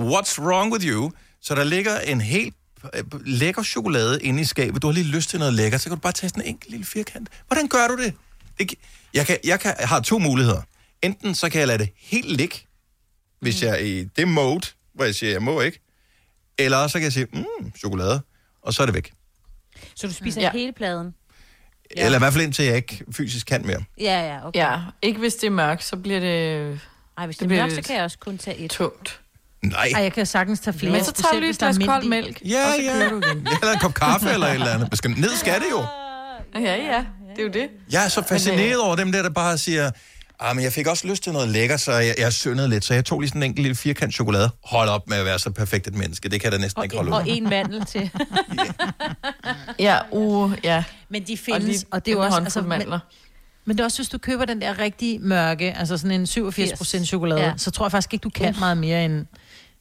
Speaker 1: what's wrong with you? Så der ligger en helt øh, lækker chokolade inde i skabet. Du har lige lyst til noget lækkert, så kan du bare tage sådan en enkelt lille firkant. Hvordan gør du det? det gi- jeg, kan, jeg, kan, jeg har to muligheder. Enten så kan jeg lade det helt ligge, hvis jeg er i det mode, hvor jeg siger, jeg må ikke. Eller så kan jeg sige, mm, chokolade, og så er det væk.
Speaker 3: Så du spiser ja. hele pladen?
Speaker 1: Ja. Eller i hvert fald indtil jeg ikke fysisk kan mere.
Speaker 3: Ja, ja, okay.
Speaker 4: Ja, ikke hvis det er mørkt, så bliver det...
Speaker 3: Ej, hvis det,
Speaker 4: bliver
Speaker 3: er mørkt, så
Speaker 4: lidt
Speaker 3: kan jeg også kun tage et.
Speaker 4: Tungt.
Speaker 1: Nej.
Speaker 2: Ej, jeg kan sagtens tage flere.
Speaker 4: Men så tager du
Speaker 2: specielt,
Speaker 4: lige
Speaker 2: hvis
Speaker 4: et
Speaker 2: der er
Speaker 4: glas
Speaker 2: mint
Speaker 4: kold
Speaker 2: i.
Speaker 4: mælk.
Speaker 1: Ja,
Speaker 4: og så
Speaker 1: ja.
Speaker 4: kører du igen.
Speaker 1: [laughs] Eller en kop kaffe eller et eller andet. Man Skal, ned skal det jo.
Speaker 4: Ja, ja. Det er jo det.
Speaker 1: Jeg er så fascineret
Speaker 4: øh,
Speaker 1: over dem der, der bare siger, ah, men jeg fik også lyst til noget lækker, så jeg, jeg syndede lidt, så jeg tog lige sådan en enkelt lille firkant chokolade. Hold op med at være så perfekt et menneske. Det kan jeg da næsten ikke holde ud.
Speaker 3: Og en mandel til.
Speaker 4: Ja, uh, ja.
Speaker 2: Men de
Speaker 4: Og,
Speaker 2: findes,
Speaker 4: lige
Speaker 2: og, og det er jo
Speaker 4: en
Speaker 2: også... altså,
Speaker 4: håndfuld
Speaker 2: men,
Speaker 4: mandler.
Speaker 2: men det er også, hvis du køber den der rigtig mørke, altså sådan en 87 procent chokolade,
Speaker 3: Ja.
Speaker 2: ja. så tror jeg faktisk ikke, du kan meget mere end,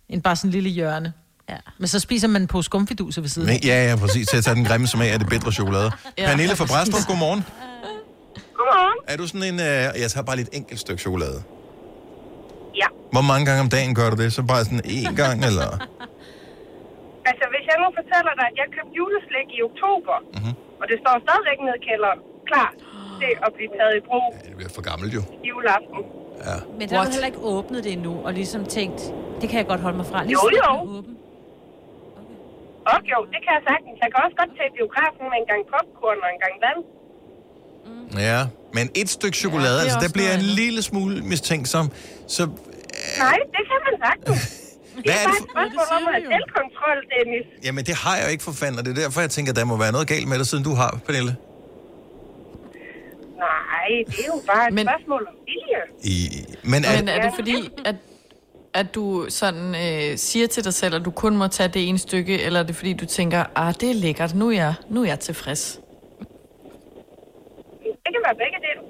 Speaker 2: end bare sådan en lille hjørne. Ja. Men så spiser man på skumfiduser ved siden
Speaker 1: Men, ja, ja, præcis. Til at tage den grimme smag af det bedre chokolade.
Speaker 2: Ja.
Speaker 1: Ja, Pernille fra
Speaker 2: Ja, præcis.
Speaker 1: Bræstrup, godmorgen.
Speaker 6: [laughs] Godmorgen.
Speaker 1: Er du sådan en, øh, jeg tager bare lige et enkelt stykke chokolade.
Speaker 6: Ja.
Speaker 1: Hvor mange gange om dagen gør du det? Så bare sådan én gang, eller?
Speaker 6: Altså, hvis jeg nu fortæller dig, at jeg købte juleslik i oktober,
Speaker 1: Mhm.
Speaker 6: og det står stadigvæk nede i kælderen, klar til at blive taget i brug
Speaker 1: Det bliver for gammelt jo.
Speaker 6: juleaften.
Speaker 3: Men der har du
Speaker 6: What?
Speaker 3: heller ikke åbnet det endnu, og ligesom tænkt, det kan jeg godt holde mig fra.
Speaker 6: Jo, jo.
Speaker 3: Åben.
Speaker 6: Og jo, det kan jeg sagtens. Jeg kan også godt tage i biografen med en gang popcorn og en gang vand.
Speaker 1: Ja, men et stykke chokolade,
Speaker 6: det
Speaker 1: ja,
Speaker 6: er
Speaker 1: altså der
Speaker 6: også
Speaker 1: bliver jeg en lille smule mistænksom. Så
Speaker 6: Nej, det kan man
Speaker 1: [laughs]
Speaker 6: sagtens. Det
Speaker 1: Hvad
Speaker 6: er
Speaker 1: er det
Speaker 6: bare
Speaker 1: for-
Speaker 6: et spørgsmål om at have selvkontrol, Dennis.
Speaker 1: Jamen, det har jeg jo ikke for fanden, og det er derfor, jeg tænker, at der må være noget galt med dig, siden du har, Pernille.
Speaker 6: Nej, det er jo bare et Men... spørgsmål om vilje.
Speaker 1: I, men
Speaker 4: er, men er det fordi, at, at du sådan øh, siger til dig selv, at du kun må tage det ene stykke, eller er det fordi, du tænker, ah, det er lækkert, nu er jeg, nu er jeg tilfreds?
Speaker 6: Det kan være begge dele.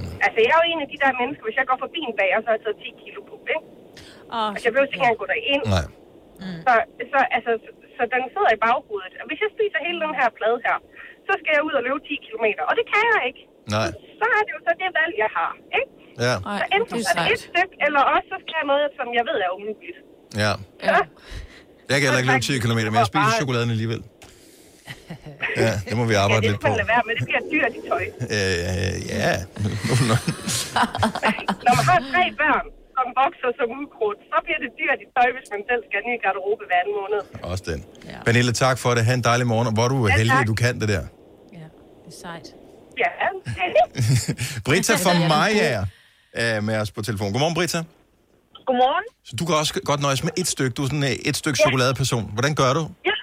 Speaker 1: Mm.
Speaker 6: Altså, jeg er jo en af de der mennesker, hvis jeg går forbi en bager, så har jeg taget 10 kilo på, ikke? Oh, altså, jeg behøver ikke engang gå derind.
Speaker 1: Nej.
Speaker 6: Mm. Så, så, altså, så, så den sidder i baghovedet. Og hvis jeg spiser hele den her plade her, så skal jeg ud og løbe 10 km, og det kan jeg ikke.
Speaker 1: Nej.
Speaker 6: Så er det jo så det valg, jeg har, ikke?
Speaker 1: Ja.
Speaker 6: Så enten så er det et stykke, eller også så skal jeg noget, som jeg ved er umuligt.
Speaker 1: Ja.
Speaker 6: Ja.
Speaker 1: Jeg kan heller ikke
Speaker 6: [laughs]
Speaker 1: løbe 10 km, men jeg spiser chokoladen alligevel. Ja, det må vi
Speaker 6: Ja,
Speaker 1: arbejde
Speaker 6: det
Speaker 1: lidt
Speaker 6: skal
Speaker 1: på.
Speaker 6: man lade være med. Det bliver dyrt i tøj.
Speaker 1: Øh, ja.
Speaker 6: [laughs] Når man har tre børn, som vokser som ukrudt, så bliver det dyrt i tøj, hvis man selv skal have en ny garderobe hver anden måned.
Speaker 1: Også den. Ja. Pernille, tak for det. Ha' en dejlig morgen, og hvor er du
Speaker 6: Ja,
Speaker 1: ja, heldig,
Speaker 6: tak.
Speaker 1: at du kan det der.
Speaker 3: Det er sejt.
Speaker 6: Ja. [laughs]
Speaker 1: Britta
Speaker 6: Ja, den
Speaker 1: fra
Speaker 6: er
Speaker 1: Maja er øh, med os på telefon. Godmorgen, Britta.
Speaker 23: [laughs] Godmorgen.
Speaker 1: Så du kan også godt nøjes med et stykke. Du er sådan øh, et stykke
Speaker 23: Ja.
Speaker 1: chokoladeperson. Hvordan gør du?
Speaker 23: Ja.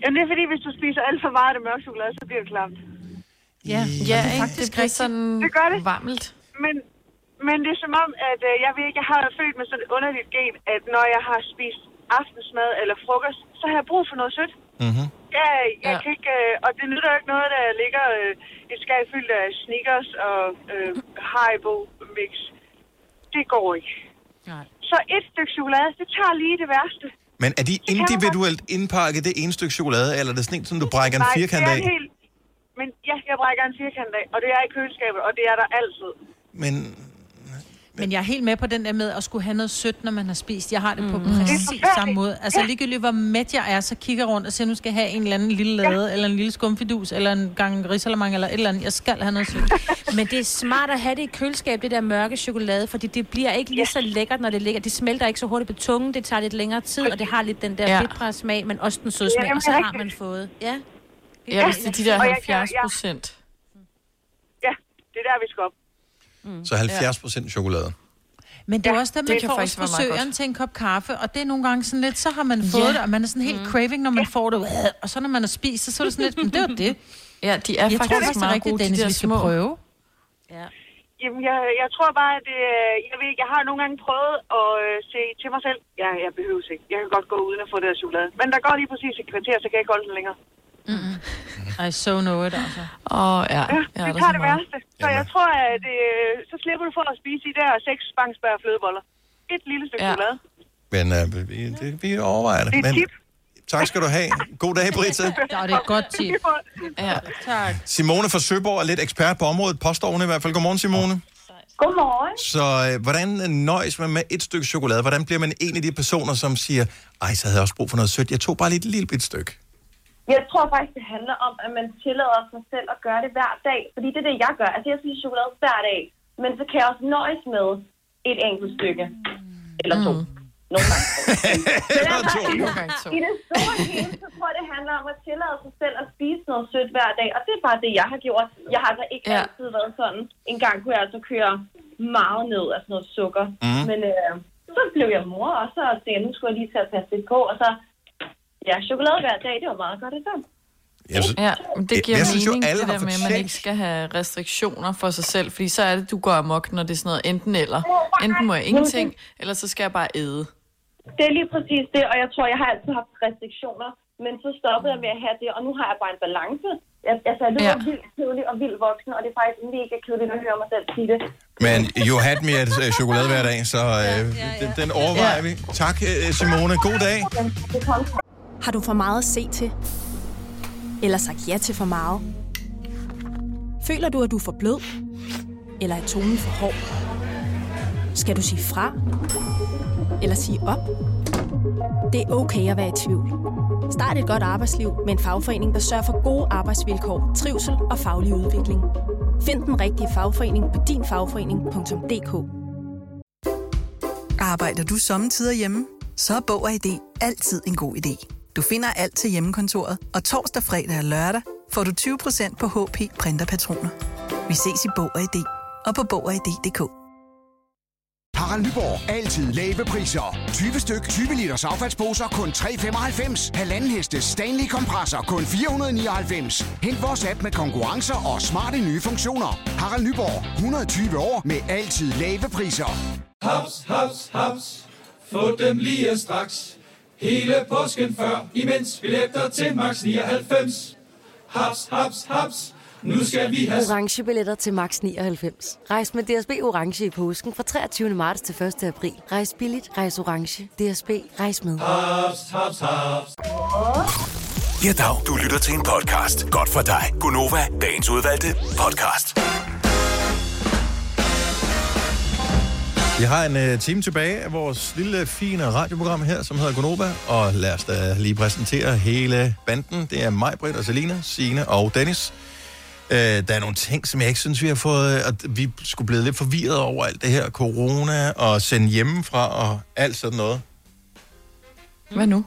Speaker 23: Jamen, det er fordi, hvis du spiser alt for meget af det mørke chokolade, så bliver det klamt.
Speaker 4: Ja, ja Mm. det, faktisk det bliver sådan det gør det. varmelt.
Speaker 23: Men, men det er som om, at øh, jeg ved ikke, jeg har været født med sådan et underligt gen, at når jeg har spist aftensmad eller frokost, så har jeg brug for noget sødt.
Speaker 1: Mm-hmm.
Speaker 23: Ja, jeg ja. kan ikke, øh, og det nytter jo ikke noget, der ligger øh, et skab fyldt af Snickers og øh, Haribo mix. Det går ikke.
Speaker 3: Nej.
Speaker 23: Så et stykke chokolade, det tager lige det værste.
Speaker 1: Men er de individuelt indpakket det ene stykke chokolade, eller er det sådan en, som du brækker en
Speaker 23: Nej,
Speaker 1: firkant
Speaker 23: det er
Speaker 1: af?
Speaker 23: en hel- Men ja, jeg brækker en firkant af, og det er i køleskabet, og det er der altid.
Speaker 1: Men
Speaker 2: Men jeg er helt med på den der med at skulle have noget sødt, når man har spist. Jeg har det på mm. præcis
Speaker 23: Det er forfærdeligt.
Speaker 2: samme måde. Altså
Speaker 23: Ja.
Speaker 2: ligegyldigt hvor mæt jeg er, så kigger jeg rundt og siger, nu skal jeg have en eller anden lille lade, ja. eller en lille skumfidus, eller en gang risalamang, eller et eller andet. Jeg skal have noget sødt.
Speaker 3: Ligesom- Men det er smart at have det i køleskab, det der mørke chokolade, fordi det bliver ikke lige så lækkert, når det ligger. Det smelter ikke så hurtigt på tungen, det tager lidt længere tid, og det har lidt den der
Speaker 4: Ja.
Speaker 3: ja. bitre smag, men også den søde
Speaker 4: Ja,
Speaker 3: smag,
Speaker 4: jamen,
Speaker 3: og så har
Speaker 4: rigtigt.
Speaker 3: man fået. Ja,
Speaker 4: Ja, hvis det er de der
Speaker 23: Og jeg kan-
Speaker 4: 70
Speaker 23: ja.
Speaker 4: procent.
Speaker 23: Ja, det er der, vi skal op.
Speaker 1: Så 70 procent chokolade.
Speaker 2: Men det er også det,
Speaker 4: det
Speaker 2: man
Speaker 4: kan
Speaker 2: får hos
Speaker 4: faktisk være meget
Speaker 2: frisøren
Speaker 4: godt.
Speaker 2: til en kop kaffe, og det er nogle gange sådan lidt, så har man fået
Speaker 4: Ja.
Speaker 2: det, og man er sådan helt
Speaker 4: Mm.
Speaker 2: craving, når man får det, og så når man har spist, så, så er det sådan lidt, men det
Speaker 4: [laughs]
Speaker 2: var det.
Speaker 4: Ja, de er
Speaker 2: jeg tror,
Speaker 4: faktisk
Speaker 2: faktisk
Speaker 4: meget
Speaker 2: rigtigt,
Speaker 4: gode, de
Speaker 2: Dennis,
Speaker 4: der
Speaker 2: vi skal
Speaker 4: små.
Speaker 2: prøve.
Speaker 23: Jamen, jeg, jeg tror bare, at øh, jeg, ved, ikke, jeg har nogle gange prøvet at øh, se til mig selv. Ja, jeg behøver ikke. Jeg kan godt gå uden at få det der chokolade. Men der går lige præcis et kvarter, så kan jeg ikke holde den længere.
Speaker 2: Mm-hmm. I so know it, altså.
Speaker 4: Åh, oh, ja.
Speaker 23: Ja, det tager det værste. Så jeg tror, at øh, så slipper du for at spise de der seks spangsbær flødeboller. Et lille stykke ja. chokolade.
Speaker 1: Men øh, vi, det, vi overvejer det.
Speaker 23: Det er
Speaker 1: Men,
Speaker 23: et tip.
Speaker 1: tak skal du have. God dag,
Speaker 23: [laughs]
Speaker 1: Britta.
Speaker 2: Ja, det er et godt tip.
Speaker 4: Ja,
Speaker 2: tak.
Speaker 1: Simone fra Søborg er lidt ekspert på området, påstår hun i hvert fald. Godmorgen, Simone.
Speaker 23: Godmorgen.
Speaker 1: Så øh, hvordan nøjes man med et stykke chokolade? Hvordan bliver man en af de personer, som siger, ej, så havde jeg også brug for noget sødt. Jeg tog bare lige et lille bit stykke.
Speaker 24: Jeg tror faktisk, det handler om, at man tillader sig selv at gøre det hver dag. Fordi det er det, jeg gør. Altså, jeg spiser chokolade hver dag. Men så kan jeg også nøjes med et enkelt stykke. Eller to. Mm. Nogle gange.
Speaker 1: [laughs] Eller
Speaker 24: to. I det store hele, så tror jeg, det handler om at tillade sig selv at spise noget sødt hver dag. Og det er bare det, jeg har gjort. Jeg har da ikke ja. altid været sådan. En gang kunne jeg altså køre meget ned af sådan noget sukker.
Speaker 1: Mhm.
Speaker 24: Men øh, så blev jeg mor, og så tænkte jeg, nu skulle jeg lige til at passe lidt på. Og så, ja, chokolade hver dag, det var meget godt i dag.
Speaker 1: Jeg synes,
Speaker 4: Ja, men det giver
Speaker 1: jeg
Speaker 4: jeg
Speaker 1: synes jo,
Speaker 4: mening,
Speaker 1: alle
Speaker 4: det
Speaker 1: har
Speaker 4: der med, at man
Speaker 1: fortjent-
Speaker 4: ikke skal have restriktioner for sig selv, fordi så er det, du går amok, når det er sådan noget enten eller. Enten må jeg ingenting, eller så skal jeg bare æde.
Speaker 24: Det er lige præcis det, og jeg tror, jeg har altid haft restriktioner, men så stoppede jeg med at have det, og nu har jeg bare en balance. Jeg, altså, jeg lyder
Speaker 1: Ja.
Speaker 24: ja. vildt kedelig og vildt voksen, og det er faktisk mega kedeligt at høre mig selv sige det.
Speaker 1: Men you had me at øh, chokolade hver dag, så øh, Den, den overvejer vi. Tak, øh, Simone. God dag.
Speaker 16: Har du for meget at se til? Eller sagt ja til for meget? Føler du, at du er for blød? Eller er tonen for hård? Skal du sige fra? Eller sige op? Det er okay at være i tvivl. Start et godt arbejdsliv med en fagforening, der sørger for gode arbejdsvilkår, trivsel og faglig udvikling. Find den rigtige fagforening på dinfagforening.dk.
Speaker 17: Arbejder du sommetider hjemme? Så er Bog og ID altid en god idé. Du finder alt til hjemmekontoret, og torsdag, fredag og lørdag får du 20% på HP Printerpatroner. Vi ses i Bog og ID og på Bog og ID.dk.
Speaker 18: Har Harald Nyborg. Altid lave priser. 20 styk, 20 liters affaldsposer kun 3,95. Halvanden heste Stanley kompresser kun 499. Hent vores app med konkurrencer og smarte nye funktioner. Harald Nyborg. 120 år med altid lave priser.
Speaker 19: Haps, haps, haps. Få dem lige straks. Hele påsken før, imens billetter til max 99. Haps, haps, haps. Nu skal vi have
Speaker 20: orange billetter til max 99. Rejs med DSB orange i påsken fra 23. marts til 1. april. Rejs billigt, rejs orange. DSB rejs med.
Speaker 19: Haps, haps, haps.
Speaker 5: Ja, dag. Du lytter til en podcast. Godt for dig. Gunova, dagens udvalgte podcast.
Speaker 1: Vi har en øh, time tilbage af vores lille, fine radioprogram her, som hedder Gonova, og lad os da lige præsentere hele banden. Det er mig, Britt og Selina, Sine og Dennis. Øh, der er nogle ting, som jeg ikke synes, vi har fået, øh, at vi skulle blive lidt forvirret over alt det her corona og sende hjemmefra og alt sådan noget.
Speaker 4: Hvad nu?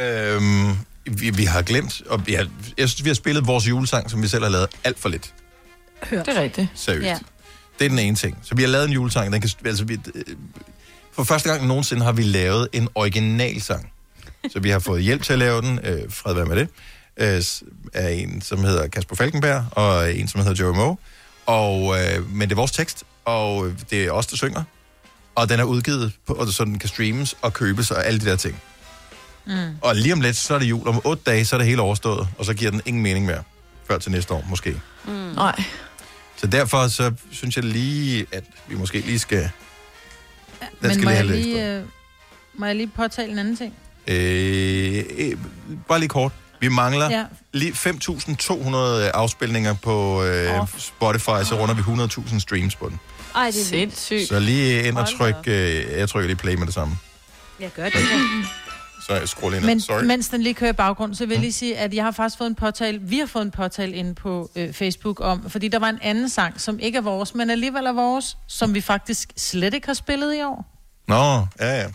Speaker 1: Øhm, vi, vi har glemt, og vi har, jeg synes, vi har spillet vores julesang, som vi selv har lavet alt for lidt.
Speaker 4: Hørt. Det er rigtigt.
Speaker 1: Seriøst. Ja. Det er den ene ting. Så vi har lavet en julesang. Den kan, altså, vi, øh, for første gang nogensinde har vi lavet en originalsang. Så vi har fået hjælp til at lave den. Øh, fred være med det. Øh, s- af en, som hedder Kasper Falkenberg, og en, som hedder Joey Moe. Og, øh, men det er vores tekst, og øh, det er os, der synger. Og den er udgivet, på, og så den kan streames og købes og alle de der ting.
Speaker 9: Mm.
Speaker 1: Og lige om lidt, så er det jul. Om otte dage, så er det hele overstået, og så giver den ingen mening mere. Før til næste år, måske.
Speaker 4: Mm. Nej.
Speaker 1: Så derfor så synes jeg lige, at vi måske lige skal... Den
Speaker 2: Men
Speaker 1: skal
Speaker 2: må
Speaker 1: lige
Speaker 2: jeg
Speaker 1: have lidt
Speaker 2: lige, øh, må jeg lige påtale en anden ting?
Speaker 1: Øh, øh, bare lige kort. Vi mangler
Speaker 2: Ja.
Speaker 1: ja. lige 5.200 øh, afspilninger på øh, oh. Spotify, så runder vi 100.000 streams på den.
Speaker 3: Ej, det er
Speaker 4: sindssygt.
Speaker 1: Så lige ind og tryk, øh, jeg trykker lige play med det samme.
Speaker 3: Jeg gør det. da.
Speaker 1: Så jeg scroller ind,
Speaker 2: Men,
Speaker 1: sorry. Mm.
Speaker 2: mens den lige kører i baggrunden, så vil jeg lige sige, at jeg har faktisk fået en påtale, vi har fået en påtale inde på øh, Facebook om, fordi der var en anden sang, som ikke er vores, men alligevel er vores, som vi faktisk slet ikke har spillet i år.
Speaker 1: Nå, ja, ja.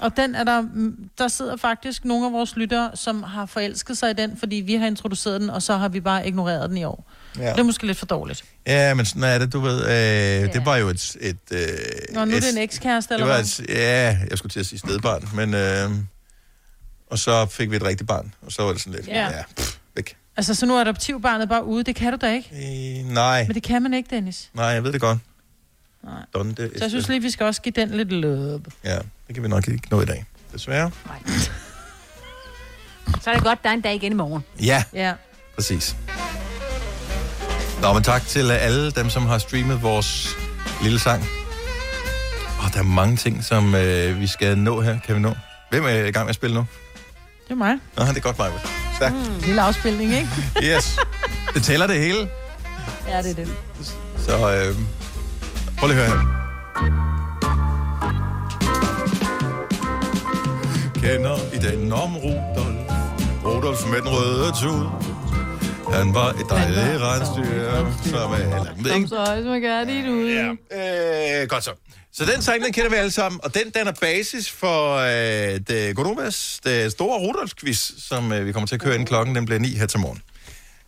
Speaker 2: Og den er der, mm, der sidder faktisk nogle af vores lyttere, som har forelsket sig i den, fordi vi har introduceret den, og så har vi bare ignoreret den i år.
Speaker 1: Ja.
Speaker 2: Ja. Det er måske lidt for dårligt.
Speaker 1: Ja, men sådan er det, du ved. Øh, Det var jo et... et øh,
Speaker 2: Nå, nu er
Speaker 1: et,
Speaker 2: det en ekskæreste, eller
Speaker 1: det var
Speaker 2: hvad?
Speaker 1: et, Ja, jeg skulle til at sige stedbarn, men... Øh, og så fik vi et rigtigt barn, og så var det sådan lidt...
Speaker 2: Ja.
Speaker 1: Ja. ja pff, væk.
Speaker 2: Altså, så nu er adoptivbarnet bare ude. Det kan du da ikke.
Speaker 1: Øh, nej,
Speaker 2: Men det kan man ikke, Dennis.
Speaker 1: nej, jeg ved det godt. Nej. Donde,
Speaker 2: Så jeg synes lige, vi skal også give den lidt løb.
Speaker 1: Ja, det kan vi nok ikke nå i dag, desværre.
Speaker 3: Så er det godt, der er en dag igen i morgen.
Speaker 1: Ja,
Speaker 2: Ja.
Speaker 1: præcis. Nå, men tak til alle dem, som har streamet vores lille sang. Og der er mange ting, som øh, vi skal nå her. Kan vi nå? Hvem er i gang med at spille nu?
Speaker 2: Det er mig.
Speaker 1: Nå, det er godt, Maja. Stærkt. Mm.
Speaker 2: Lille afspilning, ikke?
Speaker 1: Yes. Det tæller det hele.
Speaker 2: ja, det er det.
Speaker 1: Så øh, prøv lige at høre her. Kender i den om Rudolf. Rudolf med den røde tud. Han var et dejligt rensdyr, som er... Ved
Speaker 4: Kom
Speaker 1: ikke,
Speaker 4: så højt, man gør dit ud. Ja.
Speaker 1: Øh, godt så. Så den sang, den kender vi alle sammen, og den danner basis for øh, det, Godovas, det store Rudolf-quiz, som øh, vi kommer til at køre ind klokken, den bliver 9 her til morgen.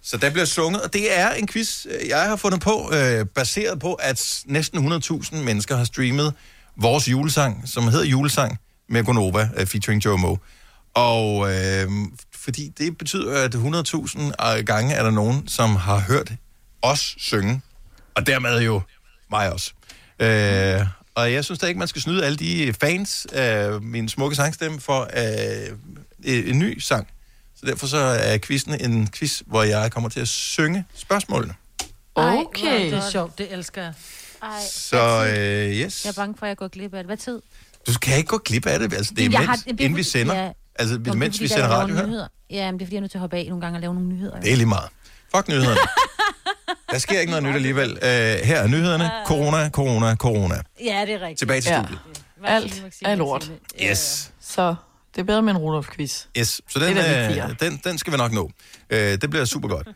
Speaker 1: Så der bliver sunget, og det er en quiz, øh, jeg har fundet på, øh, baseret på, at næsten 100.000 mennesker har streamet vores julesang, som hedder Julesang med Gonova, øh, featuring Joe Moe. Og øh, fordi det betyder, at 100.000 gange er der nogen, som har hørt os synge, og dermed jo mig også. Øh, og jeg synes da ikke, man skal snyde alle de fans af min smukke sangstemme for øh, en ny sang. Så derfor så er quizzen en quiz, hvor jeg kommer til at synge spørgsmålene.
Speaker 2: Okay. det er sjovt, det elsker jeg.
Speaker 3: Ej,
Speaker 1: Så øh, yes.
Speaker 3: jeg er bange for, at jeg går glip af det. Hvad tid?
Speaker 1: Du kan ikke gå glip af det. Altså, det er
Speaker 3: Jeg
Speaker 1: mens,
Speaker 3: har-
Speaker 1: har,
Speaker 3: det er
Speaker 1: inden vi
Speaker 3: fordi-
Speaker 1: sender.
Speaker 3: ja.
Speaker 1: Altså,
Speaker 3: Nå, det er
Speaker 1: mens
Speaker 3: fordi,
Speaker 1: vi
Speaker 3: der
Speaker 1: sender
Speaker 3: ikke er
Speaker 1: radio
Speaker 3: nogen
Speaker 1: her.
Speaker 3: nyheder. Ja, men det er fordi, jeg er nødt til at hoppe af nogle gange og lave nogle nyheder. jo.
Speaker 1: Det er lige meget.
Speaker 3: [laughs]
Speaker 1: Fuck nyhederne. Der sker ikke noget nyt alligevel. Øh, her er nyhederne. Corona, corona, corona.
Speaker 3: Ja, det er rigtigt.
Speaker 1: Tilbage til studiet.
Speaker 4: Alt er lort.
Speaker 1: Yes.
Speaker 4: Så det er bedre med en Rudolf-quiz.
Speaker 1: Yes, så
Speaker 4: Det
Speaker 1: den,
Speaker 4: er da mit
Speaker 1: øh, den, den skal vi nok nå. Øh, det bliver super godt.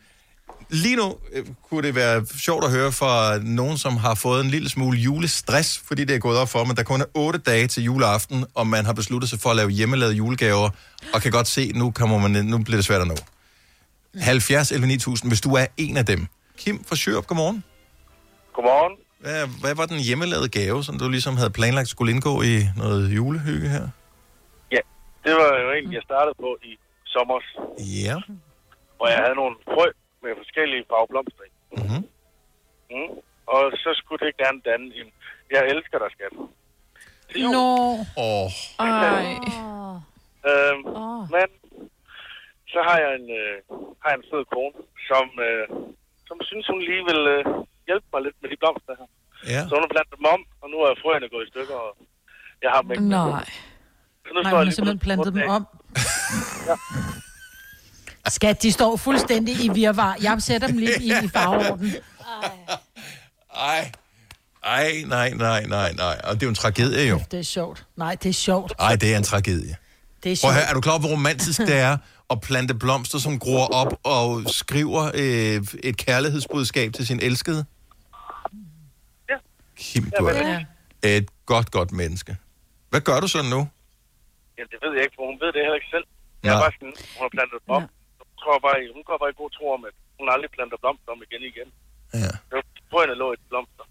Speaker 1: Lige nu øh, kunne det være sjovt at høre fra nogen, som har fået en lille smule julestress, fordi det er gået op for dem, at der kun er otte dage til juleaften, og man har besluttet sig for at lave hjemmelavede julegaver, og kan godt se, at nu, kommer man, ned- nu bliver det svært at nå. 70 11 9000, hvis du er en af dem. Kim fra Sjørup, godmorgen.
Speaker 8: Godmorgen.
Speaker 1: Hvad, hvad var den hjemmelavede gave, som du ligesom havde planlagt skulle indgå i noget julehygge her?
Speaker 8: Ja, det var jo egentlig, jeg startede på i sommer,
Speaker 1: Ja.
Speaker 8: hvor jeg havde nogle frø med forskellige farveblomster i.
Speaker 1: Mm-hmm.
Speaker 8: Mm. Og så skulle det gerne danne en... Jeg elsker dig, skat.
Speaker 2: Nå.
Speaker 1: Åh.
Speaker 2: Ej.
Speaker 8: Øhm, Men så har jeg en, øh, har jeg en sød kone, som, øh, som synes, hun lige vil øh, hjælpe mig lidt med de blomster her.
Speaker 1: Ja.
Speaker 8: Så hun har plantet dem om, og nu er frøerne gået i stykker, og jeg har dem ikke.
Speaker 2: Nej.
Speaker 8: Så
Speaker 2: Nej, altså-
Speaker 8: står jeg
Speaker 2: hun har
Speaker 8: lige på
Speaker 2: simpelthen
Speaker 8: den
Speaker 2: plantet dem
Speaker 8: af.
Speaker 2: om. Skat, de står fuldstændig i virvar. Jeg sætter dem lige i, i farveorden.
Speaker 1: Ej. Ej, nej, nej, nej, nej. Og det er jo en tragedie, jo.
Speaker 2: Det er sjovt. Nej, det er sjovt.
Speaker 1: Ej, det er en tragedie.
Speaker 2: Det er
Speaker 1: Prøv
Speaker 2: sjovt.
Speaker 1: at høre, er du klar over, hvor romantisk det er at plante blomster, som gror op og skriver øh, et kærlighedsbudskab til sin elskede? Kim, du er
Speaker 8: Ja.
Speaker 1: et godt, godt menneske. Hvad gør du så nu?
Speaker 8: Jamen, det ved jeg ikke, for hun ved det heller ikke selv. Jeg er
Speaker 1: Nej.
Speaker 8: bare sådan, hun har plantet dem om. Hun går bare, i- hun går bare i god tro om, at hun aldrig planter blomster om igen igen.
Speaker 1: Ja.
Speaker 8: Så frøerne lå i de blomster.